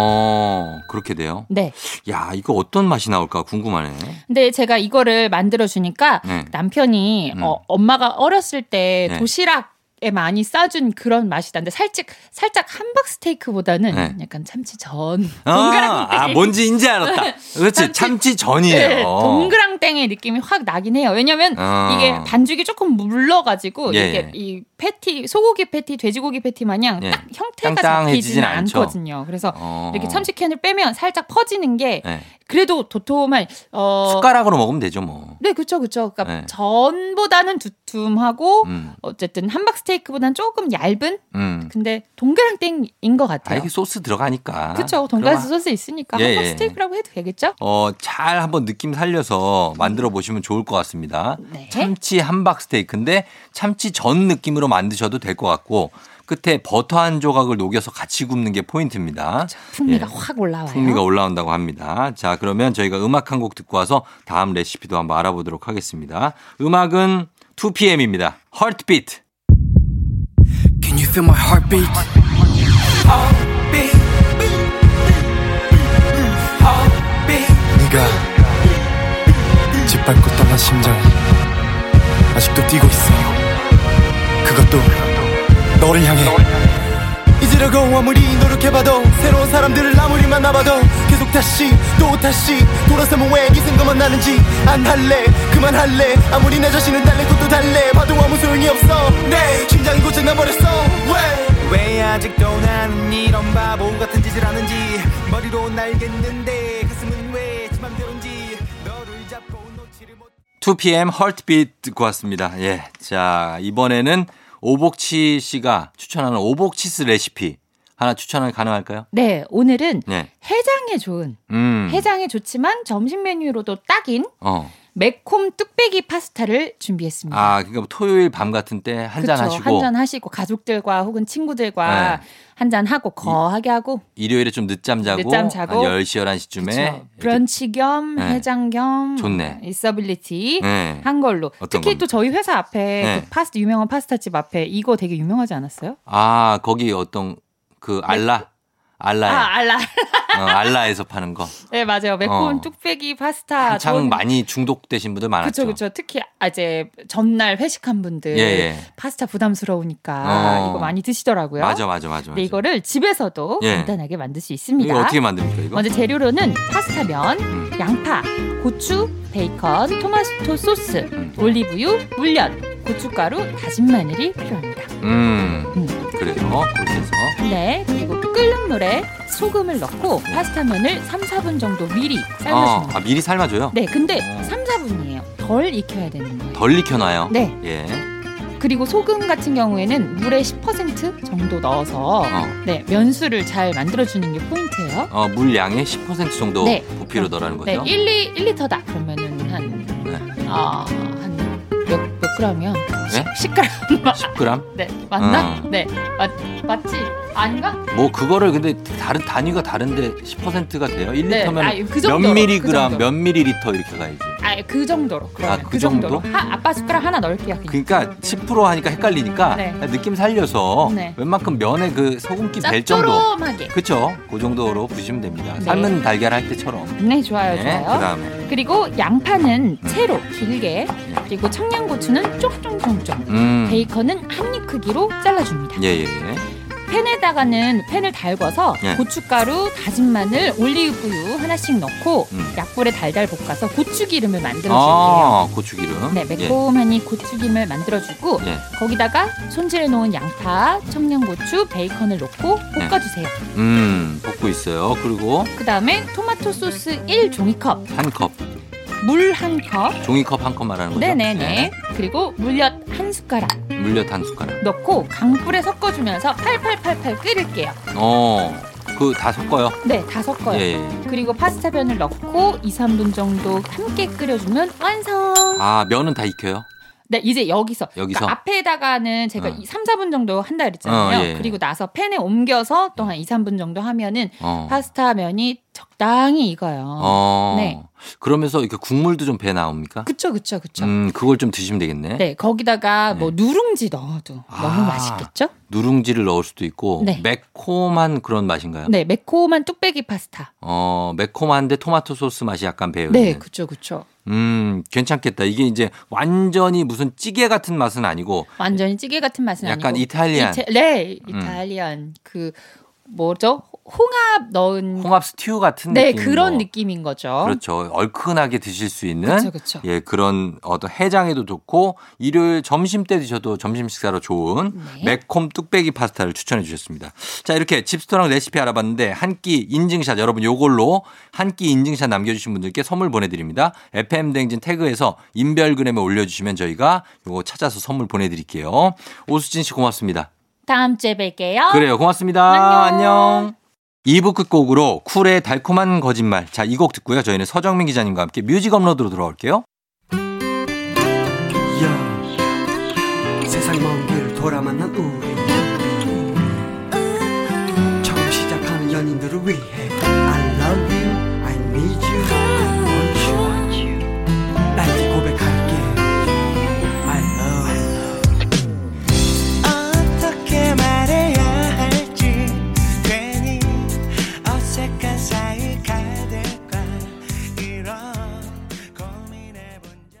S1: 어, 그렇게 돼요.
S6: 네.
S1: 야, 이거 어떤 맛이 나올까 궁금하네.
S6: 근데 제가 이거를 만들어 주니까
S1: 네.
S6: 남편이
S1: 음.
S6: 어, 엄마가 어렸을 때
S1: 네.
S6: 도시락에 많이 싸준 그런 맛이다는데 살짝 살짝 함박 스테이크보다는
S1: 네.
S6: 약간 참치전
S1: 아,
S6: 동그랑땡
S1: 아, 뭔지 인지 알았다. 그렇지, 참치 전이에요.
S6: 네, 동그랑땡의 느낌이 확 나긴 해요. 왜냐면
S1: 어.
S6: 이게 반죽이 조금 물러가지고
S1: 예,
S6: 이게
S1: 예.
S6: 이 패티 소고기 패티 돼지고기 패티 마냥
S1: 예.
S6: 딱 형태가
S1: 땅땅해지진
S6: 잡히지는
S1: 않죠.
S6: 않거든요. 그래서
S1: 어.
S6: 이렇게 참치캔을 빼면 살짝 퍼지는 게
S1: 예.
S6: 그래도 도톰한 어
S1: 숟가락으로 먹으면 되죠, 뭐.
S6: 네, 그렇죠, 그렇죠. 그러니까
S1: 네.
S6: 전보다는 두툼하고
S1: 음,
S6: 어쨌든 함박 스테이크보다는 조금 얇은
S1: 음.
S6: 근데 동그랑땡인 것
S1: 아,
S6: 같아요.
S1: 이게 소스 들어가니까.
S6: 그렇죠.
S1: 그럼
S6: 돈가스 소스 있으니까
S1: 예,
S6: 함박
S1: 예.
S6: 스테이크라고 해도 되겠죠?
S1: 어, 잘 한번 느낌 살려서 만들어 보시면 좋을 것 같습니다.
S6: 네.
S1: 참치 함박 스테이크인데 참치 전 느낌으로 만드셔도 될 것 같고 끝에 버터 한 조각을 녹여서 같이 굽는 게 포인트입니다.
S6: 풍미가
S1: 예.
S6: 확 올라와요.
S1: 풍미가 올라온다고 합니다. 자, 그러면 저희가 음악 한 곡 듣고 와서 다음 레시피도 한번 알아보도록 하겠습니다. 음악은 2PM입니다. 헐트비트.
S3: Can you feel my heartbeat? 네가 짓밟고 떠난 심장 아직도 뛰고 있어 그것도 너를 향해 잊으려고 아무리 노력해봐도 새로운 사람들을 아무리 만나봐도 계속 다시 또 다시 돌아서면 왜 이 생각만 나는지 안 할래 그만할래 아무리 내 자신은 달래 것도 달래 봐도 아무 소용이 없어 내 심장이 고장나버렸어 왜 왜 아직도 나는 이런 바보 같은 짓을 하는지 머리로 날겠는데 가슴은 왜지 맘대로인지 너를 잡고 놓지를 못
S1: 2PM 헐트비트 듣고 왔습니다. 예. 자, 이번에는 오복치 씨가 추천하는 오복치스 레시피 하나 추천을 가능할까요?
S6: 네, 오늘은
S1: 네.
S6: 해장에 좋은
S1: 음.
S6: 해장에 좋지만 점심 메뉴로도 딱인
S1: 어.
S6: 매콤 뚝배기 파스타를 준비했습니다.
S1: 아, 그러니까 토요일 밤 같은 때 한 잔
S6: 그쵸,
S1: 하시고 네.
S6: 한잔 하시고 가족들과 혹은 친구들과 한잔 하고 거하게 하고
S1: 일요일에 좀 늦잠 자고
S6: 늦잠 자고.
S1: 한 10시 11시쯤에
S6: 그렇죠. 브런치 겸
S1: 네.
S6: 해장 겸
S1: 좋네.
S6: 있어빌리티
S1: 네.
S6: 한 걸로
S1: 어떤
S6: 특히
S1: 겁니까?
S6: 또 저희 회사 앞에
S1: 네.
S6: 그 파스타 유명한 파스타집 앞에 이거 되게 유명하지 않았어요?
S1: 아, 거기 어떤 그 알라 알라에
S6: 네. 아 알라
S1: 어, 알라에서 파는 거
S6: 네 맞아요 매콤
S1: 어.
S6: 뚝배기 파스타
S1: 한창
S6: 전-
S1: 많이 중독되신 분들 많았죠.
S6: 아, 그쵸 그쵸 특히 아, 이제 전날 회식한 분들
S1: 예, 예.
S6: 파스타 부담스러우니까
S1: 어.
S6: 이거 많이 드시더라고요.
S1: 맞아, 맞아, 맞아. 맞아.
S6: 근데 이거를 집에서도
S1: 예.
S6: 간단하게 만들 수
S1: 이거
S6: 있습니다.
S1: 어떻게 음. 만듭니까, 이거?
S6: 먼저 재료로는 파스타면,
S1: 음.
S6: 양파, 고추, 베이컨, 토마토 소스,
S1: 음.
S6: 올리브유, 물엿, 고춧가루, 다진 마늘이 필요합니다.
S1: 음.
S6: 음.
S1: 그래요. 그렇게 해서
S6: 네, 그리고 끓는 물에 소금을 넣고 파스타면을 3, 4분 정도 미리
S1: 어,
S6: 삶아줍니다.
S1: 아, 미리 삶아줘요.
S6: 네, 근데
S1: 어.
S6: 3, 4분이에요. 덜 익혀야 되는 거예요.
S1: 덜 익혀놔요.
S6: 네,
S1: 예.
S6: 그리고 소금 같은 경우에는 물에 10% 정도 넣어서
S1: 어.
S6: 네, 면수를 잘 만들어주는 게 포인트예요.
S1: 어, 물 양의 10% 정도
S6: 네.
S1: 부피로 넣으라는
S6: 네,
S1: 거죠.
S6: 1, 2, 1리터다. 그러면은 한,
S1: 네.
S6: 아, 한 몇, 몇 10g이요.
S1: 네?
S6: 10g.
S1: 10g?
S6: [laughs] 네, 맞나?
S1: 어.
S6: 네, 맞, 맞지? 아닌가?
S1: 뭐 그거를 근데 다른 단위가 다른데 10%가 돼요? 1리터면
S6: 네, 아니, 그 정도로,
S1: 몇 밀리그램,
S6: 그 정도로.
S1: 몇 밀리리터 이렇게 가야지.
S6: 아, 그 정도로. 그러면
S1: 아, 그
S6: 그 정도로.
S1: 정도?
S6: 하, 아빠 숟가락 하나 넣을게요. 그냥.
S1: 그러니까 10% 하니까 헷갈리니까
S6: 네.
S1: 느낌 살려서
S6: 네.
S1: 웬만큼 면에 그 소금기 될 정도.
S6: 짭조름하게.
S1: 그쵸? 그 정도로 부시면 됩니다.
S6: 네.
S1: 삶은 달걀 할 때처럼.
S6: 네, 좋아요,
S1: 그
S6: 좋아요.
S1: 다음에. 음.
S6: 그리고 양파는 채로 길게, 그리고 청양고추는 쫑쫑쫑쫑,
S1: 예. 음.
S6: 베이컨은 한 입 크기로 잘라줍니다.
S1: 예, 예, 예.
S6: 팬에다가는 팬을 달궈서
S1: 예.
S6: 고춧가루, 다진 마늘, 올리브유 하나씩 넣고
S1: 음.
S6: 약불에 달달 볶아서 고추기름을 만들어줄게요.
S1: 아, 고추기름.
S6: 네, 매콤하니 고추김을 만들어주고
S1: 예. 예.
S6: 거기다가 손질해 놓은 양파, 청양고추, 베이컨을 넣고
S1: 네.
S6: 볶아주세요.
S1: 음, 볶고 있어요. 그리고
S6: 그 다음에 토마토 소스 1 종이컵,
S1: 한 컵.
S6: 물 1컵,
S1: 종이컵 한 컵 말하는 거죠?
S6: 네네네. 그리고 물엿 한 숟가락
S1: 예. 물엿 한 숟가락.
S6: 넣고 강불에 섞어주면서 팔팔팔팔 끓일게요.
S1: 어, 그 다 섞어요.
S6: 네, 다 섞어요.
S1: 예, 예.
S6: 그리고 파스타 면을 넣고 2, 3분 정도 함께 끓여주면 완성.
S1: 아, 면은 다 익혀요?
S6: 네, 이제 여기서.
S1: 여기서?
S6: 그러니까 앞에다가는 제가
S1: 어.
S6: 3, 4분 정도 한다 그랬잖아요.
S1: 어, 예.
S6: 그리고 나서 팬에 옮겨서 또 한 2, 3분 정도 하면은
S1: 어.
S6: 파스타 면이 적당히 익어요.
S1: 어.
S6: 네.
S1: 그러면서 이렇게 국물도 좀 배 나옵니까?
S6: 그쵸, 그쵸, 그쵸.
S1: 음, 그걸 좀 드시면 되겠네.
S6: 네, 거기다가 뭐 누룽지 넣어도
S1: 아.
S6: 너무 맛있겠죠?
S1: 누룽지를 넣을 수도 있고
S6: 네.
S1: 매콤한 그런 맛인가요?
S6: 네, 매콤한 뚝배기 파스타.
S1: 어, 매콤한데 토마토 소스 맛이 약간 배어 있는.
S6: 네, 그쵸, 그쵸.
S1: 음, 괜찮겠다. 이게 이제 완전히 무슨 찌개 같은 맛은 아니고
S6: 완전히 찌개 같은 맛은
S1: 약간
S6: 아니고.
S1: 이탈리안
S6: 이태- 네,
S1: 음.
S6: 이탈리안 그 뭐죠? 홍합 넣은
S1: 홍합 스튜 같은
S6: 음. 네
S1: 느낌.
S6: 그런
S1: 뭐.
S6: 느낌인 거죠.
S1: 그렇죠. 얼큰하게 드실 수 있는
S6: 그렇죠, 그렇죠.
S1: 예, 그런 어떤 해장에도 좋고 일요일 점심 때 드셔도 점심 식사로 좋은
S6: 네.
S1: 매콤 뚝배기 파스타를 추천해 주셨습니다. 자, 이렇게 집스토랑 레시피 알아봤는데 한 끼 인증샷 여러분 요걸로 한 끼 인증샷 남겨 주신 분들께 선물 보내 드립니다. FM 댕진 태그에서 인별그램에 올려 주시면 저희가 요거 찾아서 선물 보내 드릴게요. 오수진 씨 고맙습니다.
S6: 다음 주에 뵐게요.
S1: 그래요. 고맙습니다.
S6: 어, 안녕.
S1: 안녕. 2부 끝곡으로 쿨의 달콤한 거짓말. 자, 이 곡 듣고요. 저희는 서정민 기자님과 함께 뮤직 업로드로 돌아올게요.
S7: 야, 세상 먼 길 돌아 만난 우리 처음 시작하는 연인들을 위해 I love you, I need you, I want you 나 이제 고백할게 I love
S4: 어떻게 말해야 할지 괜히 어색한 사이가 될까 이런 고민해본 적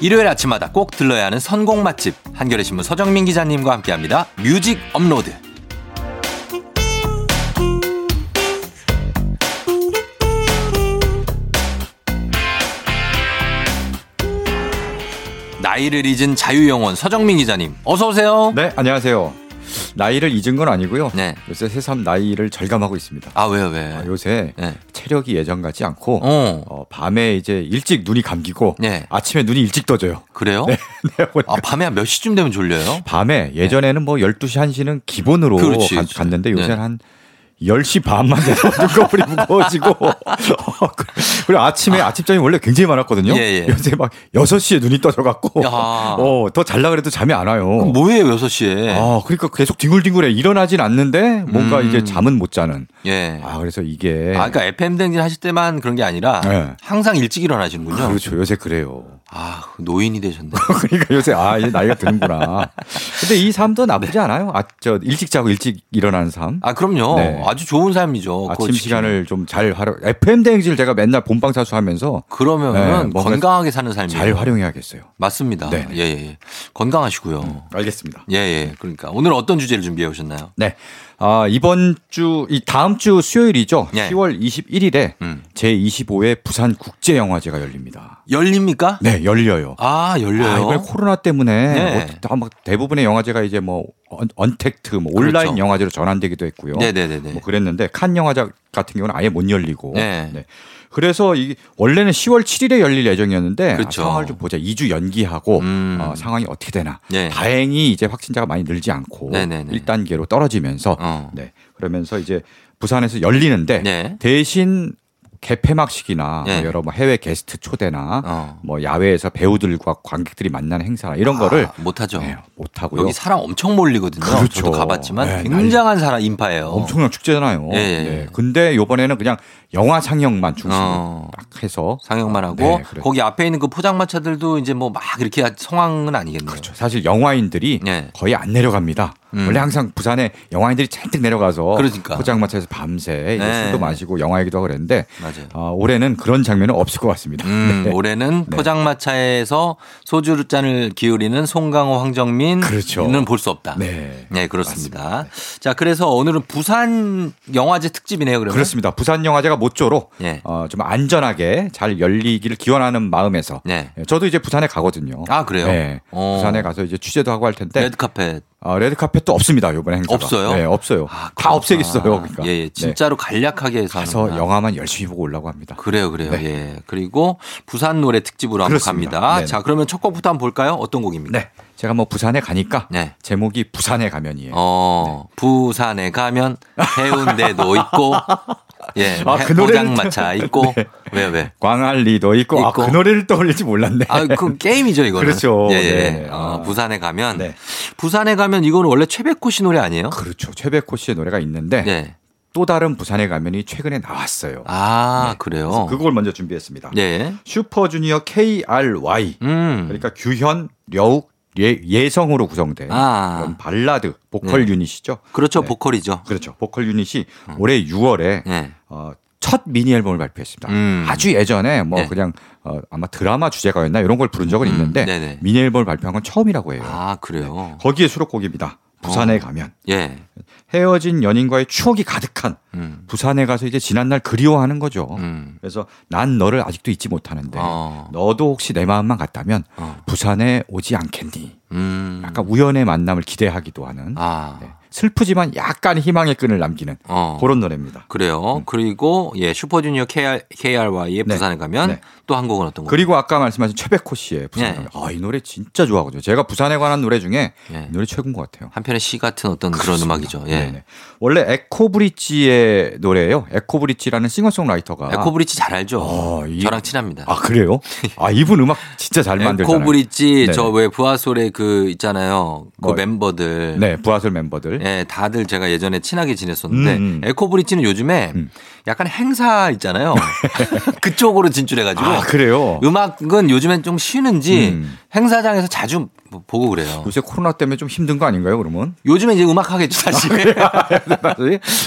S1: 일요일 아침마다 꼭 들러야 하는 선곡 맛집. 한겨레 신문 서정민 기자님과 함께 합니다. 뮤직 업로드. 나이를 잊은 자유영혼 서정민 기자님. 어서 오세요.
S8: 네, 안녕하세요. 나이를 잊은 건 아니고요.
S1: 네.
S8: 요새 새삼 나이를 절감하고 있습니다.
S1: 아, 왜요, 왜?
S8: 아, 요새
S1: 네.
S8: 체력이 예전 같지 않고
S1: 어.
S8: 어, 밤에 이제 일찍 눈이 감기고
S1: 네.
S8: 아침에 눈이 일찍 떠져요.
S1: 그래요?
S8: 네, [laughs] 어. 오늘
S1: 아, 밤에 한 몇 시쯤 되면 졸려요?
S8: 밤에 예전에는 뭐 12시 1시는 기본으로
S1: 그렇지,
S8: 가-
S1: 그렇지.
S8: 갔는데
S1: 네.
S8: 요새는 한 10시 반만 돼도 [laughs] 눈꺼풀이 무거워지고 [laughs] 어, 그- 그리고 아침에 아. 침잠이 원래 굉장히 많았거든요.
S1: 예, 예.
S8: 요새 막 6시에 눈이 떠져갖고
S1: 야.
S8: 어, 더 잘라 그래도 잠이 안 와요.
S1: 그럼 뭐예요, 6시에?
S8: 아, 그러니까 계속 뒹굴뒹굴해 일어나진 않는데 뭔가
S1: 네. 음.
S8: 이제 잠은 못 자는.
S1: 예.
S8: 아, 그래서 이게
S1: 아, 그러니까 FM 댕진 하실 때만 그런 게 아니라
S8: 네.
S1: 항상 일찍 일어나시는군요.
S8: 그렇죠. 요새 그래요. [laughs]
S1: 아, 노인이 되셨네.
S8: 그러니까 요새 아, 이제 나이가 드는구나. 근데 이 삶도 나쁘지 않아요. 아, 저 일찍 자고 일찍 일어나는 삶.
S1: 네. 아, 그럼요.
S8: [laughs] 네.
S1: 아주 좋은 삶이죠.
S8: 아침
S1: 그거 지키면.
S8: 시간을 좀 잘 활용. FM 대행지를 제가 맨날 본방사수 하면서 네,
S1: 그러면은
S8: 뭔가
S1: 건강하게 사는 삶이에요.
S8: 잘 활용해야겠어요.
S1: 맞습니다.
S8: 네. 음.
S1: 예, 예. 건강하시고요.
S8: 알겠습니다.
S1: 예, 예. 그러니까 오늘 어떤 주제를 준비해 오셨나요?
S8: 네. 아, 이번 주, 이 다음 주 수요일이죠.
S1: 예.
S8: 10월 21일에
S1: 음.
S8: 제25회 부산국제영화제가 열립니다.
S1: 열립니까?
S8: 네, 열려요.
S1: 아,
S8: 아,
S1: 열려요.
S8: 이번에 코로나 때문에
S1: 네.
S8: 어떻게 다막 대부분의 영화제가 이제 뭐 언, 언택트, 뭐 온라인
S1: 그렇죠.
S8: 영화제로 전환되기도 했고요.
S1: 네네네네.
S8: 뭐 그랬는데 칸 영화제 같은 경우는 아예 못 열리고.
S1: 네.
S8: 그래서 이 원래는 10월 7일에 열릴 예정이었는데
S1: 그렇죠.
S8: 아, 상황을 좀 보자. 2주 연기하고
S1: 음.
S8: 어, 상황이 어떻게 되나.
S1: 네.
S8: 다행히 이제 확진자가 많이 늘지 않고
S1: 네네네.
S8: 1단계로 떨어지면서
S1: 어.
S8: 네. 그러면서 이제 부산에서 열리는데
S1: 네.
S8: 대신 개폐막식이나
S1: 네.
S8: 여러 뭐 해외 게스트 초대나
S1: 어.
S8: 뭐 야외에서 배우들과 관객들이 만나는 행사나 이런 거를
S1: 아, 못하죠.
S8: 네, 못 하고요.
S1: 여기 사람 엄청 몰리거든요.
S8: 그렇죠.
S1: 저도 가봤지만
S8: 네,
S1: 굉장한 사람 인파예요.
S8: 어. 엄청난 축제잖아요.
S1: 예, 예.
S8: 네. 근데 요번에는 그냥 영화 상영만 중심으로
S1: 어.
S8: 딱 해서
S1: 상영만
S8: 네,
S1: 하고
S8: 그래요.
S1: 거기 앞에 있는 그 포장마차들도 이제 뭐 막 이렇게 성황은 아니겠네요.
S8: 그렇죠. 사실 영화인들이
S1: 예.
S8: 거의 안 내려갑니다.
S1: 음.
S8: 원래 항상 부산에 영화인들이 잔뜩 내려가서
S1: 그러니까.
S8: 포장마차에서 밤새 이제
S1: 네.
S8: 술도 마시고 영화 얘기도 하고 그랬는데
S1: 맞아요.
S8: 아, 올해는 그런 장면은 없을 것 같습니다.
S1: 음,
S8: 네.
S1: 올해는
S8: 네.
S1: 포장마차에서 소주 잔을 기울이는 송강호, 황정민은
S8: 그렇죠.
S1: 볼 수 없다.
S8: 네.
S1: 그렇습니다. 자, 그래서 오늘은 부산 영화제 특집이네요. 그러면
S8: 그렇습니다. 부산 영화제가 모쪼록
S1: 예.
S8: 어, 좀 안전하게 잘 열리기를 기원하는 마음에서
S1: 네.
S8: 예, 저도 이제 부산에 가거든요.
S1: 아, 그래요?
S8: 네.
S1: 어.
S8: 부산에 가서 이제 취재도 하고 할 텐데
S1: 레드카펫
S8: 아, 레드카펫도 없습니다. 이번에 행사가
S1: 없어요?
S8: 네, 없어요.
S1: 아,
S8: 다
S1: 그렇구나.
S8: 없애겠어요. 그러니까.
S1: 예, 예. 진짜로 간략하게 해서
S8: 네. 가서
S1: 하는구나.
S8: 영화만 열심히 보고 오려고 합니다.
S1: 그래요, 그래요.
S8: 네.
S1: 예. 그리고 부산 노래 특집으로 한번
S8: 그렇습니다.
S1: 갑니다.
S8: 네네.
S1: 자, 그러면 첫 곡부터 한번 볼까요? 어떤 곡입니까?
S8: 네. 제가 뭐 부산에 가니까
S1: 네.
S8: 제목이 부산에 가면이에요.
S1: 어,
S8: 네.
S1: 부산에 가면 해운대도 있고 예,
S8: [laughs] 아, 그 노래를 네.
S1: 포장마차 있고 왜 왜?
S8: 광안리도 있고, 아,
S1: 있고.
S8: 그 노래를 떠올릴지 몰랐네.
S1: 아, 그 게임이죠, 이거는.
S8: 그렇죠.
S1: 예, 예.
S8: 네.
S1: 어,
S8: 아.
S1: 부산에 가면
S8: 네.
S1: 부산에 가면 이건 원래 최백호 씨 노래 아니에요?
S8: [laughs] 그렇죠. 최백호 씨의 노래가 있는데
S1: 네.
S8: 또 다른 부산에 가면이 최근에 나왔어요.
S1: 아,
S8: 네. 그래서
S1: 그래요.
S8: 그걸 먼저 준비했습니다.
S1: 예.
S8: 슈퍼주니어 KRY
S1: 음.
S8: 그러니까 규현, 려욱, 예, 성으로 구성된
S1: 아.
S8: 그런 발라드 보컬
S1: 네.
S8: 유닛이죠.
S1: 그렇죠.
S8: 네.
S1: 보컬이죠.
S8: 그렇죠. 보컬 유닛이 올해 6월에
S1: 음. 예.
S8: 어, 첫 미니 앨범을 발표했습니다.
S1: 음.
S8: 아주 예전에 뭐
S1: 네.
S8: 그냥 어, 아마 드라마 주제가였나 이런 걸 부른 적은
S1: 음,
S8: 있는데
S1: 네네.
S8: 미니 앨범을 발표한 건 처음이라고 해요.
S1: 아, 그래요.
S8: 거기에 수록곡입니다. 부산에 가면
S1: 예.
S8: 네. 헤어진 연인과의 추억이 가득한
S1: 음.
S8: 부산에 가서 이제 지난날 그리워하는 거죠.
S1: 음.
S8: 그래서 난 너를 아직도 잊지 못하는데
S1: 어.
S8: 네. 너도 혹시 내 마음만 같다면
S1: 어.
S8: 부산에 오지 않겠니?
S1: 음.
S8: 약간 우연의 만남을 기대하기도 하는
S1: 아.
S8: 네. 슬프지만 약간 희망의 끈을 남기는
S1: 어.
S8: 그런 노래입니다.
S1: 그래요. 그리고 예, 슈퍼주니어 KR, KRY의
S8: 음. 네.
S1: 부산에 가면
S8: 네.
S1: 또 한 곡은 어떤 곡?
S8: 그리고 아까 말씀하신 최백호 씨의 부산
S1: 네.
S8: 가면 아, 이 노래 진짜 좋아하거든요. 제가 부산에 관한 노래 중에
S1: 네.
S8: 이 노래 최고인 것 같아요.
S1: 한편의 시 같은 어떤 그런 음악이죠. 예.
S8: 네네. 원래 에코브릿지의 노래예요. 에코브릿지라는 싱어송라이터가
S1: 에코브릿지 잘 알죠?
S8: 어, 아. 이-
S1: 저랑 친합니다.
S8: 아 그래요? 아 이분 음악 진짜 잘 만들잖아요.
S1: 에코브릿지
S8: 네네.
S1: 저 왜 부하솔의 그 있잖아요. 그
S8: 뭐,
S1: 멤버들.
S8: 네 부하솔 멤버들.
S1: 예, 다들 제가 예전에 친하게 지냈었는데
S8: 음, 음.
S1: 에코브릿지는 요즘에
S8: 음.
S1: 약간 행사
S8: [laughs]
S1: 있잖아요. 그쪽으로 진출해가지고
S8: 아 그래요?
S1: 음악은 요즘엔 좀 쉬는지
S8: 음.
S1: 행사장에서 자주 보고 그래요.
S8: 요새 코로나 때문에 좀 힘든 거 아닌가요? 그러면?
S1: 요즘에 이제 음악 하겠죠 사실. [laughs]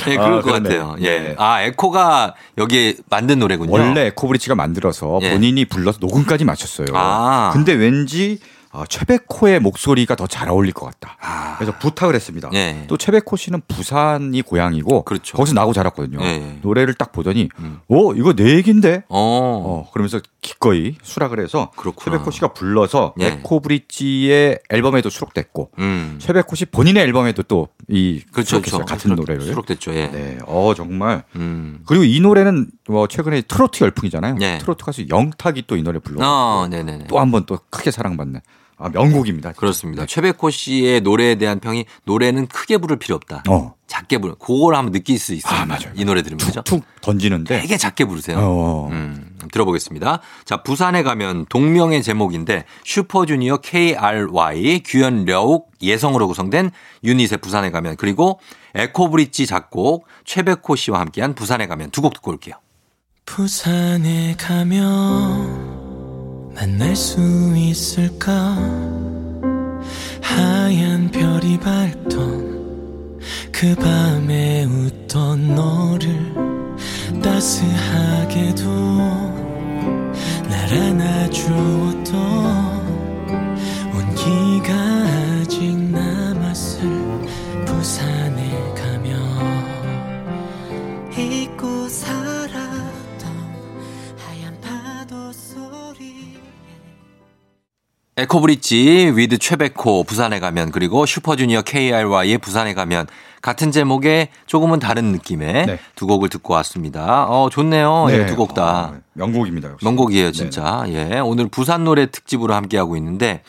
S1: 예, 그럴
S8: 아,
S1: 것
S8: 그러네.
S1: 같아요. 예.
S8: 네.
S1: 아, 에코가 여기에 만든 노래군요.
S8: 원래 에코브릿지가 만들어서
S1: 예.
S8: 본인이 불러서 녹음까지 마쳤어요.
S1: 아.
S8: 근데 왠지 아, 최백호의 목소리가 더 잘 어울릴 것 같다.
S1: 아.
S8: 그래서 부탁을 했습니다.
S1: 예.
S8: 또 최백호 씨는 부산이 고향이고
S1: 그렇죠.
S8: 거기서 나고 자랐거든요.
S1: 예. 음.
S8: 노래를 딱 보더니 어 이거 내 얘긴데
S1: 어.
S8: 어, 그러면서 기꺼이 수락을 해서
S1: 그렇구나.
S8: 최백호 씨가 불러서
S1: 예.
S8: 에코브릿지의 앨범에도 수록됐고
S1: 음.
S8: 최백호 씨 본인의 앨범에도 또이
S1: 그렇죠. 그렇죠.
S8: 같은
S1: 수록-
S8: 노래를
S1: 수록됐죠. 예.
S8: 네, 어 정말
S1: 음.
S8: 그리고 이 노래는 뭐 최근에 트로트 열풍이잖아요.
S1: 네.
S8: 트로트 가수 영탁이 또 이 노래 불러
S1: 어, 네, 네, 네.
S8: 또 한 번 또 크게 사랑받는 아 명곡입니다. 진짜.
S1: 그렇습니다. 최백호 씨의 노래에 대한 평이 노래는 크게 부를 필요 없다.
S8: 어.
S1: 작게 부르. 그걸 한번 느낄 수 있어요.
S8: 아, 맞아요.
S1: 이 노래 들으면 그죠?
S8: 툭툭 던지는데
S1: 되게 작게 부르세요.
S8: 어.
S1: 음, 들어보겠습니다. 자, 부산에 가면 동명의 제목인데 슈퍼주니어 KRY, 규현 려욱, 예성으로 구성된 유닛의 부산에 가면 그리고 에코브릿지 작곡 최백호 씨와 함께한 부산에 가면 두 곡 듣고 올게요.
S3: 부산에 가면 만날 수 있을까 하얀 별이 밝던 그 밤에 웃던 너를 따스하게도 날 안아주었던 온기가 아직 남았을 부산에 가면
S1: 에코브릿지 위드 최백호 부산에 가면 그리고 슈퍼주니어 KRY의 부산에 가면 같은 제목의 조금은 다른 느낌의
S8: 네.
S1: 두 곡을 듣고 왔습니다. 어 좋네요.
S8: 네.
S1: 두 곡 다.
S8: 아, 명곡입니다. 역시. 네.
S1: 명곡이에요, 진짜. 예. 오늘 부산 노래 특집으로 함께하고 있는데,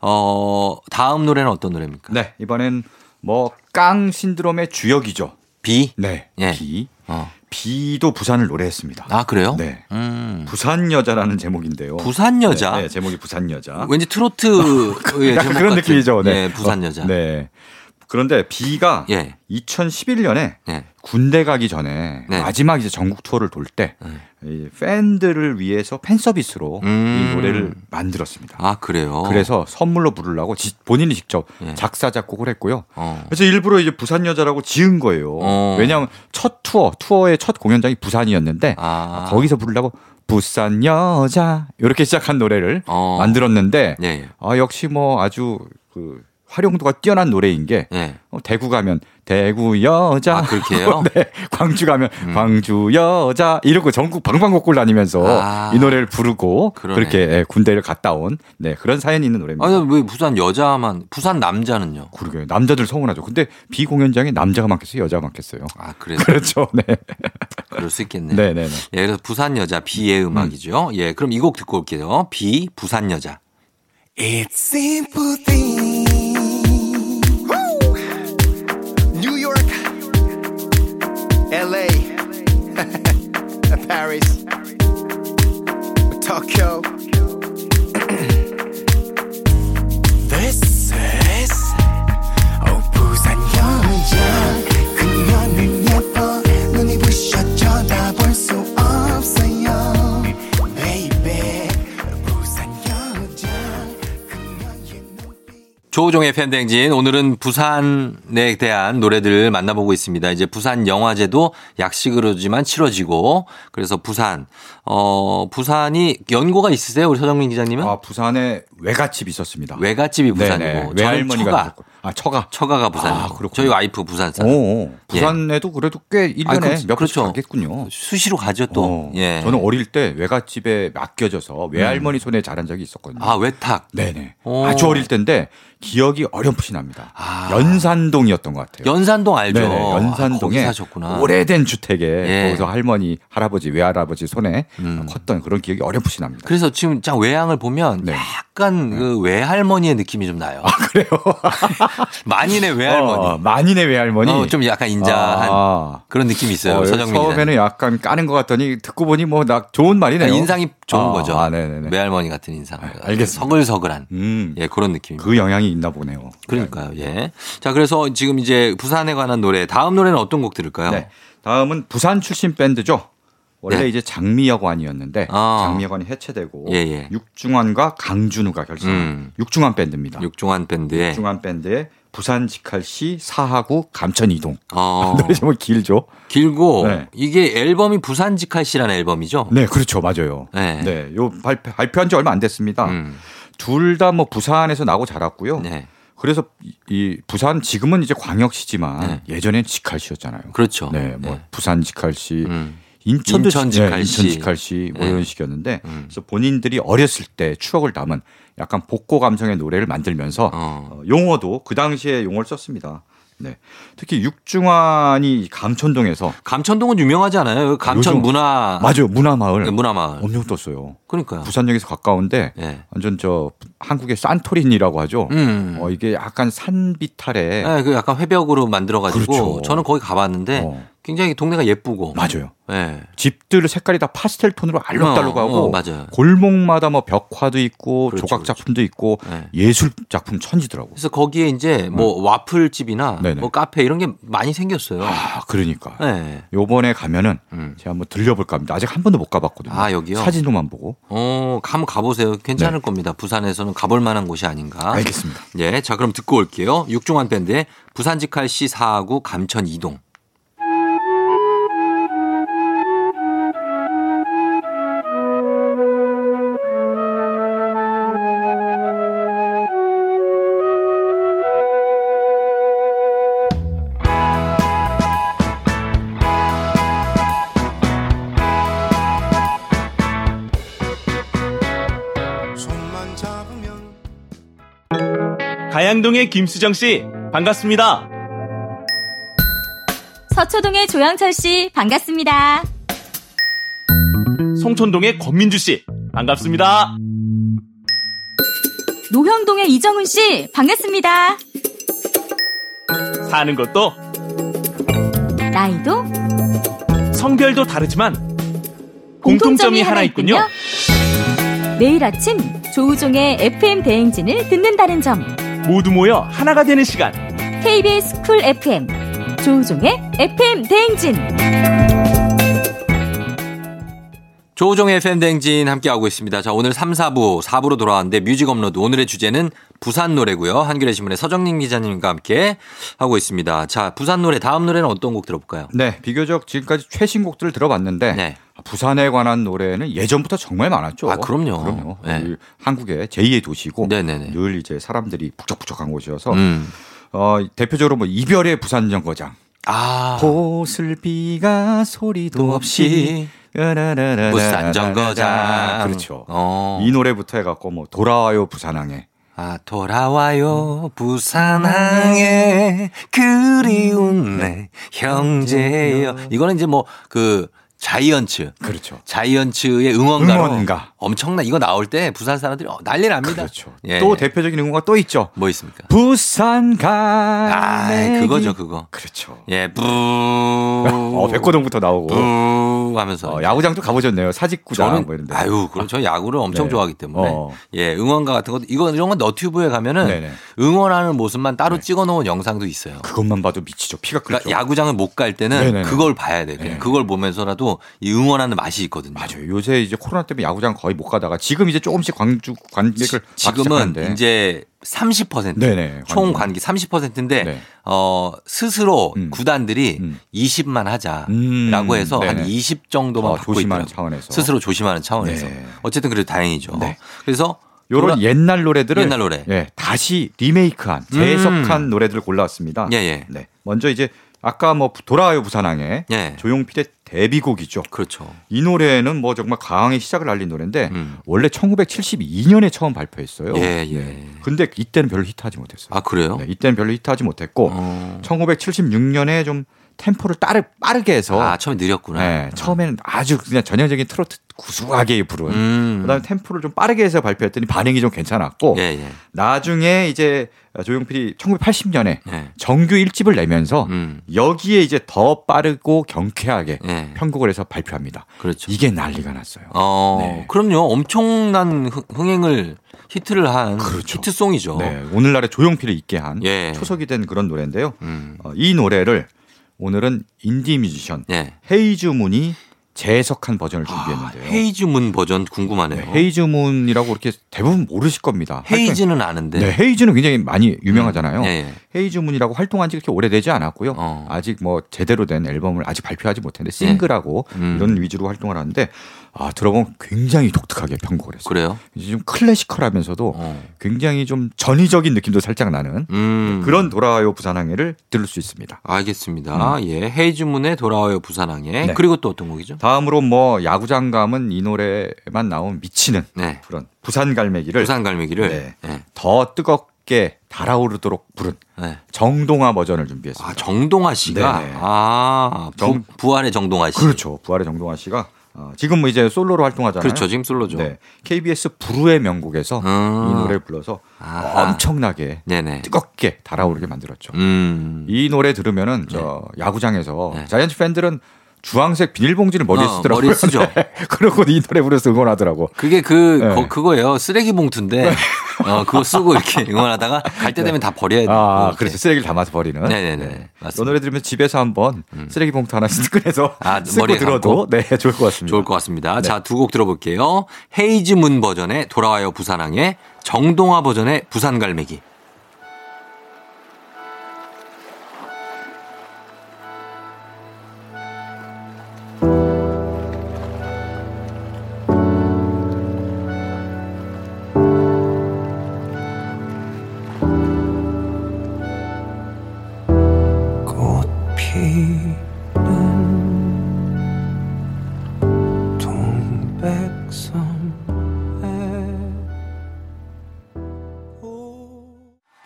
S1: 어, 다음 노래는 어떤 노래입니까?
S8: 네. 네, 이번엔 뭐 깡 신드롬의 주역이죠.
S1: 비?
S8: 네,
S1: 예.
S8: 비.
S1: 어.
S8: 비도 부산을 노래했습니다.
S1: 아, 그래요?
S8: 네.
S1: 음.
S8: 부산 여자라는 제목인데요.
S1: 부산 여자?
S8: 네, 네, 제목이 부산 여자.
S1: 왠지 트로트의
S8: 약간
S1: 제목
S8: 그런
S1: 같은.
S8: 느낌이죠. 네.
S1: 예, 부산 여자.
S8: 어, 네. 그런데 비가
S1: 예.
S8: 2011년에
S1: 예.
S8: 군대 가기 전에
S1: 네.
S8: 마지막 이제 전국 투어를 돌 때
S1: 네.
S8: 팬들을 위해서 팬 서비스로
S1: 음.
S8: 이 노래를 만들었습니다.
S1: 아, 그래요?
S8: 그래서 선물로 부르려고 지- 본인이 직접
S1: 예.
S8: 작사 작곡을 했고요.
S1: 어.
S8: 그래서 일부러 이제 부산 여자라고 지은 거예요.
S1: 어.
S8: 왜냐하면 첫 투어 투어의 첫 공연장이 부산이었는데
S1: 아.
S8: 거기서 부르려고 부산 여자 이렇게 시작한 노래를
S1: 어.
S8: 만들었는데
S1: 예, 예.
S8: 아, 역시 뭐 아주 그 활용도가 뛰어난 노래인 게
S1: 예.
S8: 어, 대구 가면 대구 여자
S1: 아, 그렇게 해요?
S8: [laughs]
S1: 음.
S8: 네, 광주 가면 광주 여자 이러고 전국 방방곡곡 다니면서
S1: 아.
S8: 이 노래를 부르고 그
S1: 그러네.
S8: 렇게 군대를 갔다 온 네, 그런 사연이 있는 노래입니다.
S1: 아니, 왜 부산 여자만, 부산 남자는요?
S8: 그러게요. 남자들 서운하죠. 근데 비공연장에 남자가 많겠어요? 여자가 많겠어요? [laughs]
S1: 아, 그래서
S8: 그렇죠. 네.
S1: 그럴 수 있겠네요.
S8: 네, 네, 네.
S1: 예, 그래서 부산 여자 비의 음악이죠. 예, 그럼 이 곡 듣고 올게요. 비 부산 여자.
S4: It's simple thing.
S9: New York, LA, [laughs] Paris, Tokyo.
S4: This is 오 부산 여자 그녀는 예뻐 눈이 부셔 쳐다볼 수 없어요 Baby 부산 여자 그녀의 눈빛
S1: 조우종의 팬댕진 오늘은 부산에 대한 노래들 만나보고 있습니다. 이제 부산 영화제도 약식으로지만 치러지고 그래서 부산 어 부산이 연고가 있으세요 우리 서정민 기자님은
S8: 아, 부산에 외갓집이 있었습니다.
S1: 외갓집이
S8: 네, 네.
S1: 부산이고 저는
S8: 외할머니가
S1: 처가
S8: 그랬고. 아, 처가.
S1: 처가가
S8: 아,
S1: 부산이고
S8: 그렇군요.
S1: 저희 와이프 부산 사람
S8: 오, 부산에도 그래도 꽤
S1: 아니, 그-
S8: 1년에 몇 번씩
S1: 그렇죠.
S8: 가겠군요.
S1: 수시로 가죠 또
S8: 어,
S1: 예. 음.
S8: 저는 어릴 때 외갓집에 맡겨져서 외할머니 손에 자란 적이 있었거든요.
S1: 아 외탁
S8: 네네.
S1: 오.
S8: 아주 어릴 때인데 기억이 어렴풋이 납니다.
S1: 아.
S8: 연산동이었던 것 같아요.
S1: 연산동 알죠
S8: 네네, 연산동에
S1: 아, 거기 사셨구나
S8: 오래된 주택에
S1: 예.
S8: 거기서 할머니, 할아버지, 외할아버지 손에
S1: 음.
S8: 컸던 그런 기억이 어렴풋이 납니다.
S1: 그래서 지금 딱 외향을 보면
S8: 네.
S1: 약간 그 외할머니의 느낌이 좀 나요. 아, [laughs] 그래요? 만인의 외할머니.
S8: 어, 만인의 외할머니.
S1: 어, 좀 약간 인자한
S8: 아.
S1: 그런 느낌이 있어요.
S8: 어,
S1: 서정민 기자님.
S8: 처음에는 약간 까는 것 같더니 듣고 보니 뭐 나 좋은 말이네요.
S1: 그러니까 인상이 좋은
S8: 아,
S1: 거죠.
S8: 아, 네네네. 아,
S1: 외할머니 같은 인상.
S8: 알겠습니다.
S1: 서글서글한.
S8: 음,
S1: 예, 그런 느낌입니다.
S8: 그 영향이 있나 보네요.
S1: 그, 러니까요 예. 자, 그래서 지금 이제 부산에 관한 노래, 다음 노래는 어떤 곡 들을까요?
S8: 네. 다음은 부산 출신 밴드죠. 원래
S1: 네.
S8: 이제 장미여관이었는데
S1: 아.
S8: 장미여관이 해체되고
S1: 예, 예.
S8: 육중환과 강준우가 결성.
S1: 음.
S8: 한 육중환 밴드입니다.
S1: 육중환 네. 밴드의
S8: 육중환 밴드의 부산 직할시 사하구 감천 이동. 아,
S1: 어,
S8: 노래 제목 길죠?
S1: 길고
S8: 네.
S1: 이게 앨범이 부산 직할시라는 앨범이죠.
S8: 네, 그렇죠. 맞아요.
S1: 네.
S8: 요 발표, 발표한 지 얼마 안 됐습니다.
S1: 음.
S8: 둘 다 뭐 부산에서 나고 자랐고요.
S1: 네.
S8: 그래서 이- 이 부산 지금은 이제 광역시지만 예전엔 직할시였잖아요.
S1: 네. 그렇죠.
S8: 네, 뭐
S1: 네.
S8: 부산 직할시,
S1: 음.
S8: 인천도
S1: 인천
S8: 지- 네,
S1: 직할시.
S8: 인천 직할시 뭐
S1: 네.
S8: 이런 식이었는데 그래서 본인들이 어렸을 때 추억을 담은 약간 복고 감성의 노래를 만들면서
S1: 어.
S8: 어, 용어도 그 당시에 용어를 썼습니다. 네. 특히 육중환이 이 감천동에서
S1: 감천동은 유명하지 않아요? 여기 감천
S8: 요즘-
S1: 문화
S8: 맞아요 문화마을
S1: 네, 문화마을. 아.
S8: 엄청 떴어요.
S1: 그러니까요.
S8: 부산역에서 가까운데
S1: 예.
S8: 완전 저 한국의 산토린이라고 하죠.
S1: 음.
S8: 어, 이게 약간 산비탈에
S1: 예, 그 약간 회벽으로 만들어가지고
S8: 그렇죠.
S1: 저는 거기 가봤는데
S8: 어.
S1: 굉장히 동네가 예쁘고.
S8: 맞아요.
S1: 예.
S8: 집들 색깔이 다 파스텔 톤으로 알록달록하고
S1: 어, 어, 맞아요.
S8: 골목마다 뭐 벽화도 있고
S1: 그렇죠,
S8: 조각 작품도 있고
S1: 네.
S8: 예술 작품 천지더라고.
S1: 그래서 거기에 이제 뭐 와플집이나
S8: 음. 네네.
S1: 뭐 카페 이런 게 많이 생겼어요.
S8: 아 그러니까
S1: 예.
S8: 요번에 가면은
S1: 음.
S8: 제가 한번 들려볼까 합니다. 아직 한 번도 못 가봤거든요.
S1: 아, 여기요?
S8: 사진으로만 보고.
S1: 어, 한번 가보세요. 괜찮을 겁니다. 부산에서는 가볼 만한 곳이 아닌가.
S8: 네. 알겠습니다.
S1: 예. 자, 그럼 듣고 올게요. 육중환 밴드의 부산직할시 4하구 감천 이동
S4: 손만 잡으면
S9: 가양동의 김수정 씨 반갑습니다.
S10: 서초동의 조영철 씨 반갑습니다.
S9: 송촌동의 권민주 씨 반갑습니다.
S10: 노형동의 이정훈 씨 반갑습니다.
S9: 사는 것도
S10: 나이도
S9: 성별도 다르지만 공통점이 하나 있군요.
S10: 매일 아침 조우종의 FM 대행진을 듣는다는 점.
S9: 모두 모여 하나가 되는 시간.
S10: KBS 쿨 FM 조우종의 FM 대행진.
S1: 조우종의 팬댕진 함께하고 있습니다. 자, 오늘 3, 4부, 4부로 돌아왔는데 뮤직 업로드 오늘의 주제는 부산 노래고요. 한겨레 신문의 서정민 기자님과 함께 하고 있습니다. 자, 부산 노래 다음 노래는 어떤 곡 들어볼까요?
S8: 네, 비교적 지금까지 최신곡들을 들어봤는데 부산에 관한 노래는 예전부터 정말 많았죠.
S1: 네. 아, 그럼요.
S8: 그럼요.
S1: 네.
S8: 우리 한국의 제2의 도시고 늘 이제 사람들이 북적북적한 곳이어서
S1: 음.
S8: 어, 대표적으로 뭐 이별의 부산 정거장.
S1: 아.
S8: 보슬비가 소리도 없이 으라라라라라라라.
S1: 부산 정거장.
S8: 네, 그렇죠.
S1: 어.
S8: 이 노래부터 해갖고 뭐 돌아와요 부산항에.
S1: 아 돌아와요 부산항에 그리운 내 형제여. 이거는 이제 뭐 그 자이언츠.
S8: 그렇죠.
S1: 자이언츠의 응원가로
S8: 응원가.
S1: 엄청나 이거 나올 때 부산 사람들이 어, 난리 납니다. 그렇죠.
S8: 또 대표적인 응원가 또 있죠.
S1: 뭐 있습니까?
S8: 부산
S1: 아,
S8: 가.
S1: 그거죠, 그거.
S8: 그렇죠.
S1: 예,
S8: [laughs]
S1: 뿌. 어,
S8: 백고동부터 나오고.
S1: 뿌 하면서.
S8: 어, 야구장도 가보셨네요. 사직구장
S1: 저는
S8: 뭐 이런 데.
S1: 아유, 그럼 저 야구를 엄청
S8: 네.
S1: 좋아하기 때문에
S8: 어.
S1: 예, 응원가 같은 것도 이거 이런 건 너튜브에 가면은
S8: 네네. 네.
S1: 응원하는 모습만 따로 찍어 놓은 영상도 있어요.
S8: 그것만 봐도 미치죠. 피가 끓죠.
S1: 그러니까 야구장을 못 갈 때는
S8: 그렇죠. 네네네.
S1: 그걸 봐야 돼. 그냥 그걸 보면서라도 이 응원하는 맛이 있거든요.
S8: 맞아요. 요새 이제 코로나 때문에 야구장 거의 못 가다가 지금 이제 조금씩 광주 관객을 받기
S1: 지금은
S8: 시작하는데.
S1: 이제 30%
S8: 그 네네, 네.
S1: 총 관계 30%인데 어 스스로 구단들이 20만 하자라고
S8: 음,
S1: 해서 한
S8: 네네.
S1: 20 정도만
S8: 더
S1: 받고
S8: 조심하는
S1: 있더라고요.
S8: 차원에서. 네.
S1: 스스로 조심하는 차원에서 어쨌든 그래도 다행이죠. 그래서
S8: 요런 예-
S1: 돌아-
S8: 옛날 노래들을
S1: 옛날 노래. 음.
S8: 예, 다시 리메이크한 재해석한 노래들을 골라왔습니다.
S1: 예, 예.
S8: 네. 먼저 이제 아까 뭐 돌아와요 부산항에
S1: 예.
S8: 조용필의 데뷔곡이죠.
S1: 그렇죠.
S8: 이 노래는 뭐 정말 강의 시작을 알린 노래인데 원래 1972년에 처음 발표했어요.
S1: 음.
S8: 네.
S1: 예,
S8: 근데 이때는 별로 히트하지 못했어요.
S1: 아 그래요? 어.
S8: 네, 이때는 별로 히트하지 못했고 1976년에 좀 템포를 따르, 빠르게 해서
S1: 아 처음에 느렸구나.
S8: 네, 처음에는 아주 그냥 전형적인 트로트 구수하게 부른
S1: 음.
S8: 그다음에 템포를 좀 빠르게 해서 발표했더니 반응이 좀
S1: 예,
S8: 괜찮았고 나중에 이제 조용필이 1980년에
S1: 예.
S8: 정규 1집을 내면서
S1: 음.
S8: 여기에 이제 더 빠르고 경쾌하게 편곡을 해서 발표합니다.
S1: 예. 그렇죠.
S8: 이게 난리가 났어요.
S1: 어,
S8: 네.
S1: 그럼요. 엄청난 흥- 흥행을 히트를 한 히트송이죠.
S8: 네, 오늘날의 조용필을 있게 한
S1: 예.
S8: 초석이 된 그런 노래인데요.
S1: 음.
S8: 어, 이 노래를 오늘은 인디 뮤지션
S1: 예.
S8: 헤이즈문이 재해석한 버전을 준비했는데요.
S1: 아, 헤이즈문 버전 궁금하네요.
S8: 헤이즈문이라고 이렇게 대부분 모르실 겁니다.
S1: 헤이즈는 아는데.
S8: 네, 헤이즈는 굉장히 많이 유명하잖아요.
S1: 예, 예.
S8: 헤이즈문이라고 활동한 지 그렇게 오래되지 않았고요.
S1: 어.
S8: 아직 뭐 제대로 된 앨범을 아직 발표하지 못했는데
S1: 예.
S8: 싱글하고
S1: 음.
S8: 이런 위주로 활동을 하는데 아, 들어보면 굉장히 독특하게 편곡을 했어요.
S1: 그래요? 어.
S8: 이제 좀 클래시컬하면서도 굉장히 좀 전위적인 느낌도 살짝 나는 네, 그런 돌아와요 부산항해를 들을 수 있습니다.
S1: 음. 알겠습니다. 예, 헤이즈문의 돌아와요 부산항에
S8: 음. 네.
S1: 그리고 또 어떤 곡이죠?
S8: 다음으로 뭐 야구장 가면 이 노래만 나오면 미치는 그런 부산 갈매기를
S1: 네. 부산 갈매기를 예.
S8: 네. 더 뜨겁게 달아오르도록 부른 정동화 버전을 준비했습니다.
S1: 아,
S8: 네,
S1: 정동화 씨가 아 부,
S8: 정-
S1: 부활의 정동화 씨.
S8: 그렇죠. 부활의 정동화 씨가 어, 지금 뭐 이제 솔로로 활동하잖아요.
S1: 그렇죠. 지금 솔로죠.
S8: 네. KBS 부르의 명곡에서
S1: 아.
S8: 이 노래 를 불러서 엄청나게
S1: 네.
S8: 뜨겁게 달아오르게 만들었죠.
S1: 음.
S8: 이 노래 들으면은 저
S1: 네.
S8: 야구장에서 자이언츠 팬들은 주황색 비닐봉지를 머리에
S1: 어,
S8: 쓰더라고요.
S1: 머리에 쓰죠.
S8: [laughs] 그러고 이 노래 부르면서 응원하더라고.
S1: 그게 그
S8: 네.
S1: 거- 그거예요. 쓰레기 봉투인데 어, 그거 쓰고 이렇게 [laughs] 응원하다가 갈 때 되면 다 버려야 어, 돼.
S8: 네. 아, 그렇죠. 쓰레기를 담아서 버리는.
S1: 네. 네네네. 음.
S8: 이 노래 들으면 집에서 한번 쓰레기 봉투 하나씩 [laughs] 꺼내서 쓰고
S1: 아, 머리에
S8: 들어도
S1: 감고?
S8: 네 좋을 것 같습니다.
S1: 좋을 것
S8: 네.
S1: 같습니다. 자, 두 곡 들어볼게요. 헤이즈문 버전의 돌아와요 부산항에 정동화 버전의 부산 갈매기.
S3: 피는 동백섬에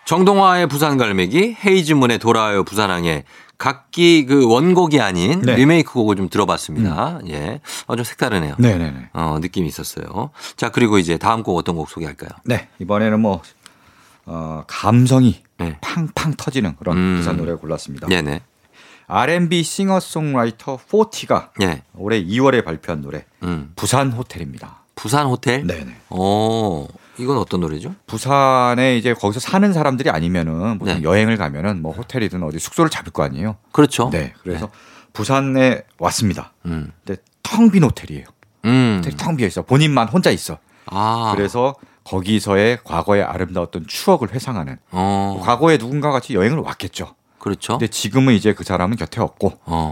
S1: 정동화의 부산 갈매기, 헤이즈문의 돌아와요 부산항에 각기 그 원곡이 아닌
S8: 네. 음.
S1: 리메이크 곡을 좀 들어봤습니다. 예. 어, 좀 색다르네요.
S8: 네네네.
S1: 어, 느낌이 있었어요. 자, 그리고 이제 다음 곡 어떤 곡 소개할까요?
S8: 네 이번에는 뭐 어, 감성이 팡팡 터지는 그런 부산 노래 골랐습니다.
S1: 네네.
S8: R&B 싱어송라이터 40가
S1: 예.
S8: 올해 2월에 발표한 노래 부산 호텔입니다.
S1: 음. 부산 호텔?
S8: 네네.
S1: 어, 이건 어떤 노래죠?
S8: 부산에 이제 거기서 사는 사람들이 아니면은 보통 여행을 가면은 뭐 호텔이든 어디 숙소를 잡을 거 아니에요.
S1: 그렇죠.
S8: 네. 그래서 부산에 왔습니다.
S1: 음.
S8: 근데 텅 빈 호텔이에요. 호텔이 텅 비어 있어. 본인만 혼자 있어.
S1: 아.
S8: 그래서 거기서의 과거의 아름다웠던 추억을 회상하는 과거에 누군가 같이 여행을 왔겠죠.
S1: 어, 그렇죠.
S8: 근데 지금은 이제 그 사람은 곁에 없고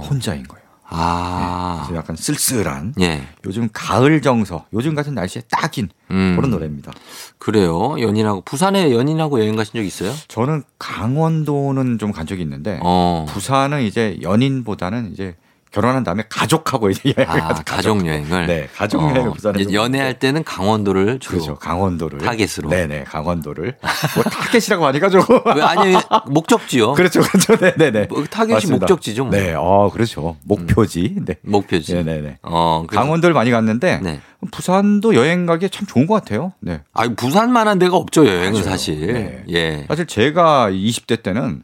S8: 혼자인 거예요.
S1: 어. 아.
S8: 그래서 약간 쓸쓸한
S1: 예.
S8: 요즘 가을 정서, 요즘 같은 날씨에 딱인
S1: 음.
S8: 그런 노래입니다.
S1: 그래요. 연인하고 부산에 연인하고 여행 가신 적 있어요?
S8: 저는 강원도는 좀 간 적이 있는데
S1: 어.
S8: 부산은 이제 연인보다는 이제 결혼한 다음에 가족하고 이제 여행을
S1: 아,
S8: 가죠.
S1: 가족 여행을. 어.
S8: 네, 가족 여행을 부산에 좀
S1: 연애할 때는 강원도를 주로
S8: 그렇죠. 강원도를
S1: 타겟으로. [laughs]
S8: 네네, 강원도를. 뭐 타겟이라고 안 해가지고.
S1: 왜, 아니 목적지요.
S8: [laughs] 그렇죠, 그렇죠. 네네네.
S1: 어? 뭐 타겟이 목적지죠, 뭐.
S8: 네, 어, 그렇죠. 목표지. 네.
S1: 목표지.
S8: 네네네.
S1: 어, 그래서- 네.
S8: 강원도를 많이 갔는데 부산도 여행 가기 참 좋은 것 같아요. 네.
S1: 아, 부산만한 데가 없죠 여행은 사실. 예. 네.
S8: 사실 제가 20대 때는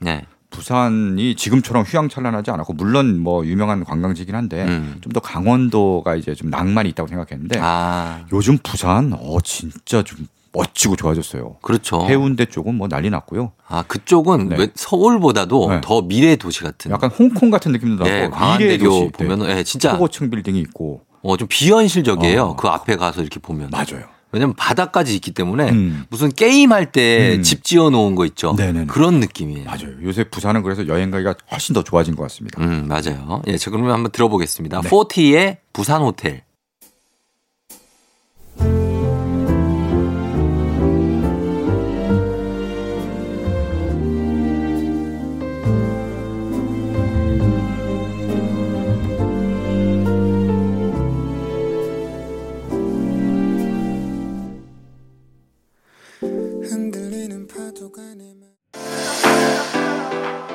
S8: 부산이 지금처럼 휘황찬란하지 않았고 물론 뭐 유명한 관광지긴 한데
S1: 음.
S8: 좀 더 강원도가 이제 좀 낭만이 있다고 생각했는데
S1: 아.
S8: 요즘 부산 어 진짜 좀 멋지고 좋아졌어요.
S1: 그렇죠.
S8: 해운대 쪽은 뭐 난리 났고요.
S1: 아 그쪽은
S8: 네.
S1: 왜 서울보다도 더 미래 도시 같은.
S8: 약간 홍콩 같은 느낌도
S1: 예,
S8: 나고 미래 도시
S1: 네. 광안대교 보면은 예, 진짜
S8: 고층 빌딩이 있고
S1: 어, 좀 비현실적이에요. 그 앞에 가서 이렇게 보면.
S8: 어. 맞아요. 음.
S1: 왜냐면 바다까지 있기 때문에 무슨 게임할 때 집 지어 놓은 거 있죠. 그런 느낌이에요.
S8: 맞아요. 요새 부산은 그래서 여행 가기가 훨씬 더 좋아진 것 같습니다.
S1: 네. 음, 맞아요. 예, 자, 그러면 한번 들어보겠습니다.
S8: 네.
S1: 포티의 부산 호텔.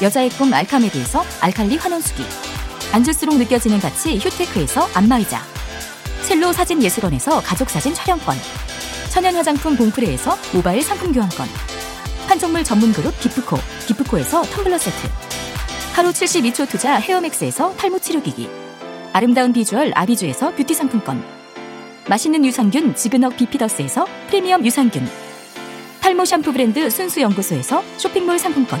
S10: 여자의 꿈 알카메디에서 알칼리 환원수기. 앉을수록 느껴지는 가치 휴테크에서 안마의자. 첼로 사진 예술원에서 가족사진 촬영권. 천연 화장품 봉프레에서 모바일 상품 교환권. 판촉물 전문 그룹 기프코. 기프코에서 텀블러 세트. 하루 72초 투자 헤어맥스에서 탈모 치료기기. 아름다운 비주얼 아비주에서 뷰티 상품권. 맛있는 유산균 지그넉 비피더스에서 프리미엄 유산균. 탈모 샴푸 브랜드 순수연구소에서 쇼핑몰 상품권.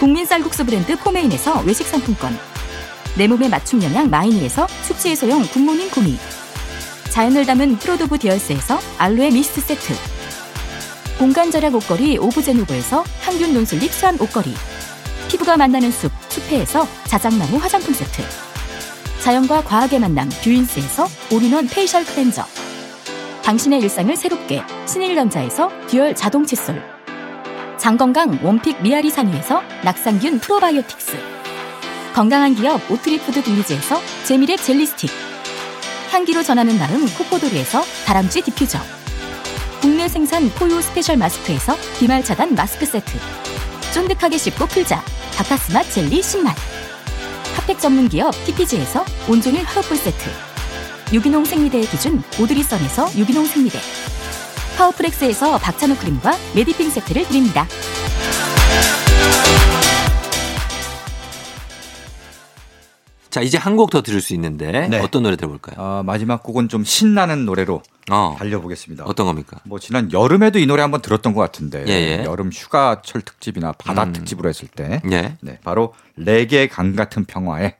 S10: 국민 쌀국수 브랜드 포메인에서 외식 상품권 내 몸에 맞춤 영양 마이니에서 숙취 해소용 굿모닝 구미 자연을 담은 프로도브 디얼스에서 알로에 미스트 세트 공간 절약 옷걸이 오브제노브에서 항균 논슬립 수한 옷걸이 피부가 만나는 숲 숲회에서 자작나무 화장품 세트 자연과 과학의 만남 뷰인스에서 올인원 페이셜 클렌저 당신의 일상을 새롭게 신일전자에서 듀얼 자동 칫솔 장건강 원픽 미아리 산유에서 낙상균 프로바이오틱스 건강한 기업 오트리푸드 빌리지에서 재미랩 젤리 스틱 향기로 전하는 마음 코코도리에서 다람쥐 디퓨저 국내 생산 포유 스페셜 마스크에서 비말 차단 마스크 세트 쫀득하게 씹고 풀자 바카스맛 젤리 신맛 핫팩 전문 기업 TPG에서 온종일 화로불 세트 유기농 생리대의 기준 오드리선에서 유기농 생리대 파워프렉스에서 박찬호 크림과 메디핑 세트를 드립니다.
S1: 자, 이제 한 곡 더 들을 수 있는데
S8: 네.
S1: 어떤 노래 들어볼까요? 어,
S8: 어, 마지막 곡은 좀 신나는 노래로 달려보겠습니다.
S1: 어떤 겁니까?
S8: 뭐 지난 여름에도 이 노래 한번 들었던 것 같은데
S1: 예, 예.
S8: 여름 휴가철 특집이나 바다 특집으로 했을 때
S1: 예. 네.
S8: 네, 바로 레게 강 같은 평화의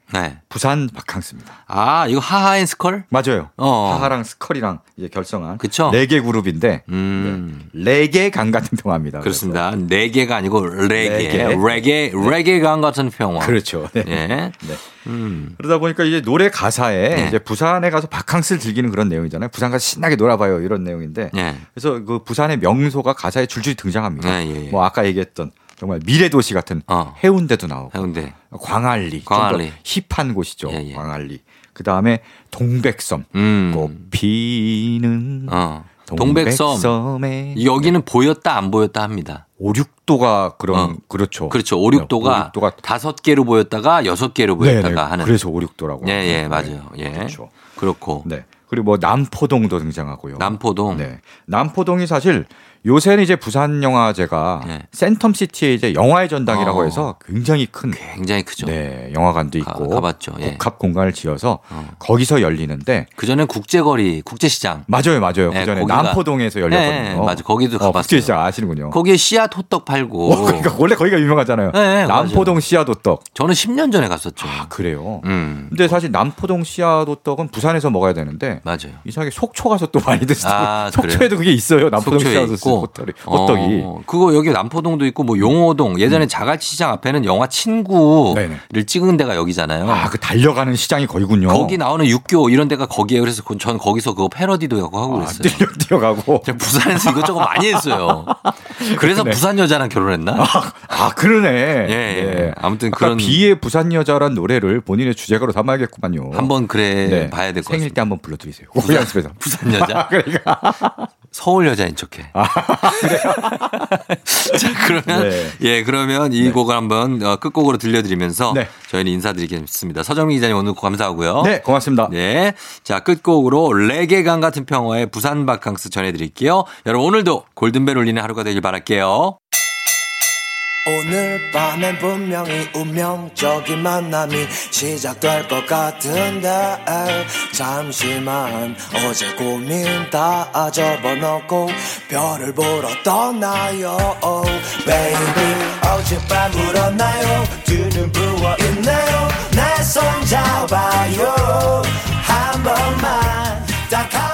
S8: 부산 바캉스입니다.
S1: 아 이거 하하앤 스컬?
S8: 맞아요.
S1: 어.
S8: 하하랑 스컬이랑 이제 결성한 레게 그룹인데 네, 레게 강 같은 평화입니다.
S1: 음. 그렇습니다. 네 개가 아니고 레게.
S8: 레게.
S1: 레게,
S8: 네.
S1: 레게. 강 같은 평화.
S8: 그렇죠. 네.
S1: 예.
S8: 네.
S1: 음. 네.
S8: 그러다 보니까 이제 노래 가사에 이제 부산에 가서 바캉스를 즐기는 그런 내용이잖아요. 부산 가서 신나게 놀아봐요 이런 내용인데
S1: 예.
S8: 그래서 그 부산의 명소가 가사에 줄줄이 등장합니다.
S1: 예, 예, 예.
S8: 뭐 아까 얘기했던 정말 미래 도시 같은 해운대도 나오고
S1: 해운대.
S8: 광안리, 좀더
S1: 광안리. 예,
S8: 힙한 곳이죠. 광안리. 그 다음에 동백섬 꽃 피는
S1: 음, 어. 동백섬.
S8: 동백섬에 네.
S1: 여기는 보였다 안 보였다 합니다.
S8: 5, 6도가 그런 그렇죠.
S1: 그렇죠. 5, 6도가 다섯 개로 보였다가 여섯 개로 보였다가
S8: 네네.
S1: 하는.
S8: 그래서 5, 6도라고. 네.
S1: 예, 예, 맞아요. 예.
S8: 그렇죠.
S1: 그렇고.
S8: 네. 그리고 뭐 남포동도 등장하고요.
S1: 남포동.
S8: 네. 남포동이 사실 요새는 이제 부산 영화제가 센텀 시티의 이제 영화의 전당이라고
S1: 예. 어.
S8: 해서 굉장히 큰
S1: 굉장히 크죠.
S8: 네, 영화관도 있고
S1: 가봤죠. 예.
S8: 복합 공간을 지어서 거기서 열리는데
S1: 그전엔 국제거리, 국제시장.
S8: 맞아요, 맞아요.
S1: 네,
S8: 그전에
S1: 거기가-
S8: 남포동에서
S1: 네,
S8: 열렸거든요.
S1: 네, 맞아요. 거기도
S8: 가봤어요. 국제시장 아시는군요.
S1: 거기에 씨앗 호떡 팔고.
S8: 어, 그러니까 원래 거기가 유명하잖아요.
S1: 네,
S8: 남포동 씨앗호떡.
S1: 저는 10년 전에 갔었죠.
S8: 아 그래요.
S1: 음.
S8: 근데 사실 남포동 씨앗호떡은 부산에서 먹어야 되는데
S1: 맞아요.
S8: 이상하게 속초 가서 또 많이 드시고 [laughs]
S1: 아,
S8: 속초에도
S1: 그래요?
S8: 그게 있어요. 남포동
S1: 속초에 있고.
S8: 씨앗호떡이. 호떡이. 음.
S1: 어, 그거 여기 남포동도 있고 뭐 용호동 예전에 자갈치시장 앞에는 영화 친구를 찍은 데가 여기잖아요.
S8: 아, 그 달려가는 시장이 거기군요.
S1: 네. 거기 나오는 육교 이런 데가 거기에 그래서 그전 거기서 그거 패러디도 하고
S8: 아,
S1: 하고
S8: [laughs]
S1: 그랬어요.
S8: 뛰어 뛰어가고.
S1: 부산에서 이것저것 많이
S8: [laughs]
S1: 했어요. 그래서 부산 여자랑 결혼했나?
S8: 네. 아 그러네.
S1: 예, 예. 아무튼
S8: 아까
S1: 그런
S8: 비의 부산 여자란 노래를 본인의 주제가로 삼아야겠구만요.
S1: 한번 그래
S8: 네.
S1: 봐야 될 것 같아요.
S8: 생일 때 한번 불러드리세요. 그러니까. 우리 연습에서.
S1: 부산
S8: [laughs]
S1: 여자. 서울 여자인 척해. [laughs] 자 그러면
S8: 아, 네.
S1: 예 그러면 이 곡을 한번 어, 끝곡으로 들려드리면서 저희는 인사드리겠습니다. 서정민 기자님 오늘 감사하고요.
S8: 네, 고맙습니다.
S1: 어? 네, 자 끝곡으로 레게강 같은 평화의 부산 바캉스 전해드릴게요. 여러분 오늘도 골든벨 울리는 하루가 되길 바랄게요.
S11: 오늘 밤엔 분명히 운명적인 만남이 시작될 것 같은데 잠시만 어제 고민 다 접어넣고 별을 보러 떠나요 Baby 어젯밤 울었나요 두 눈 부어있나요 내 손 잡아요 한 번만 딱 한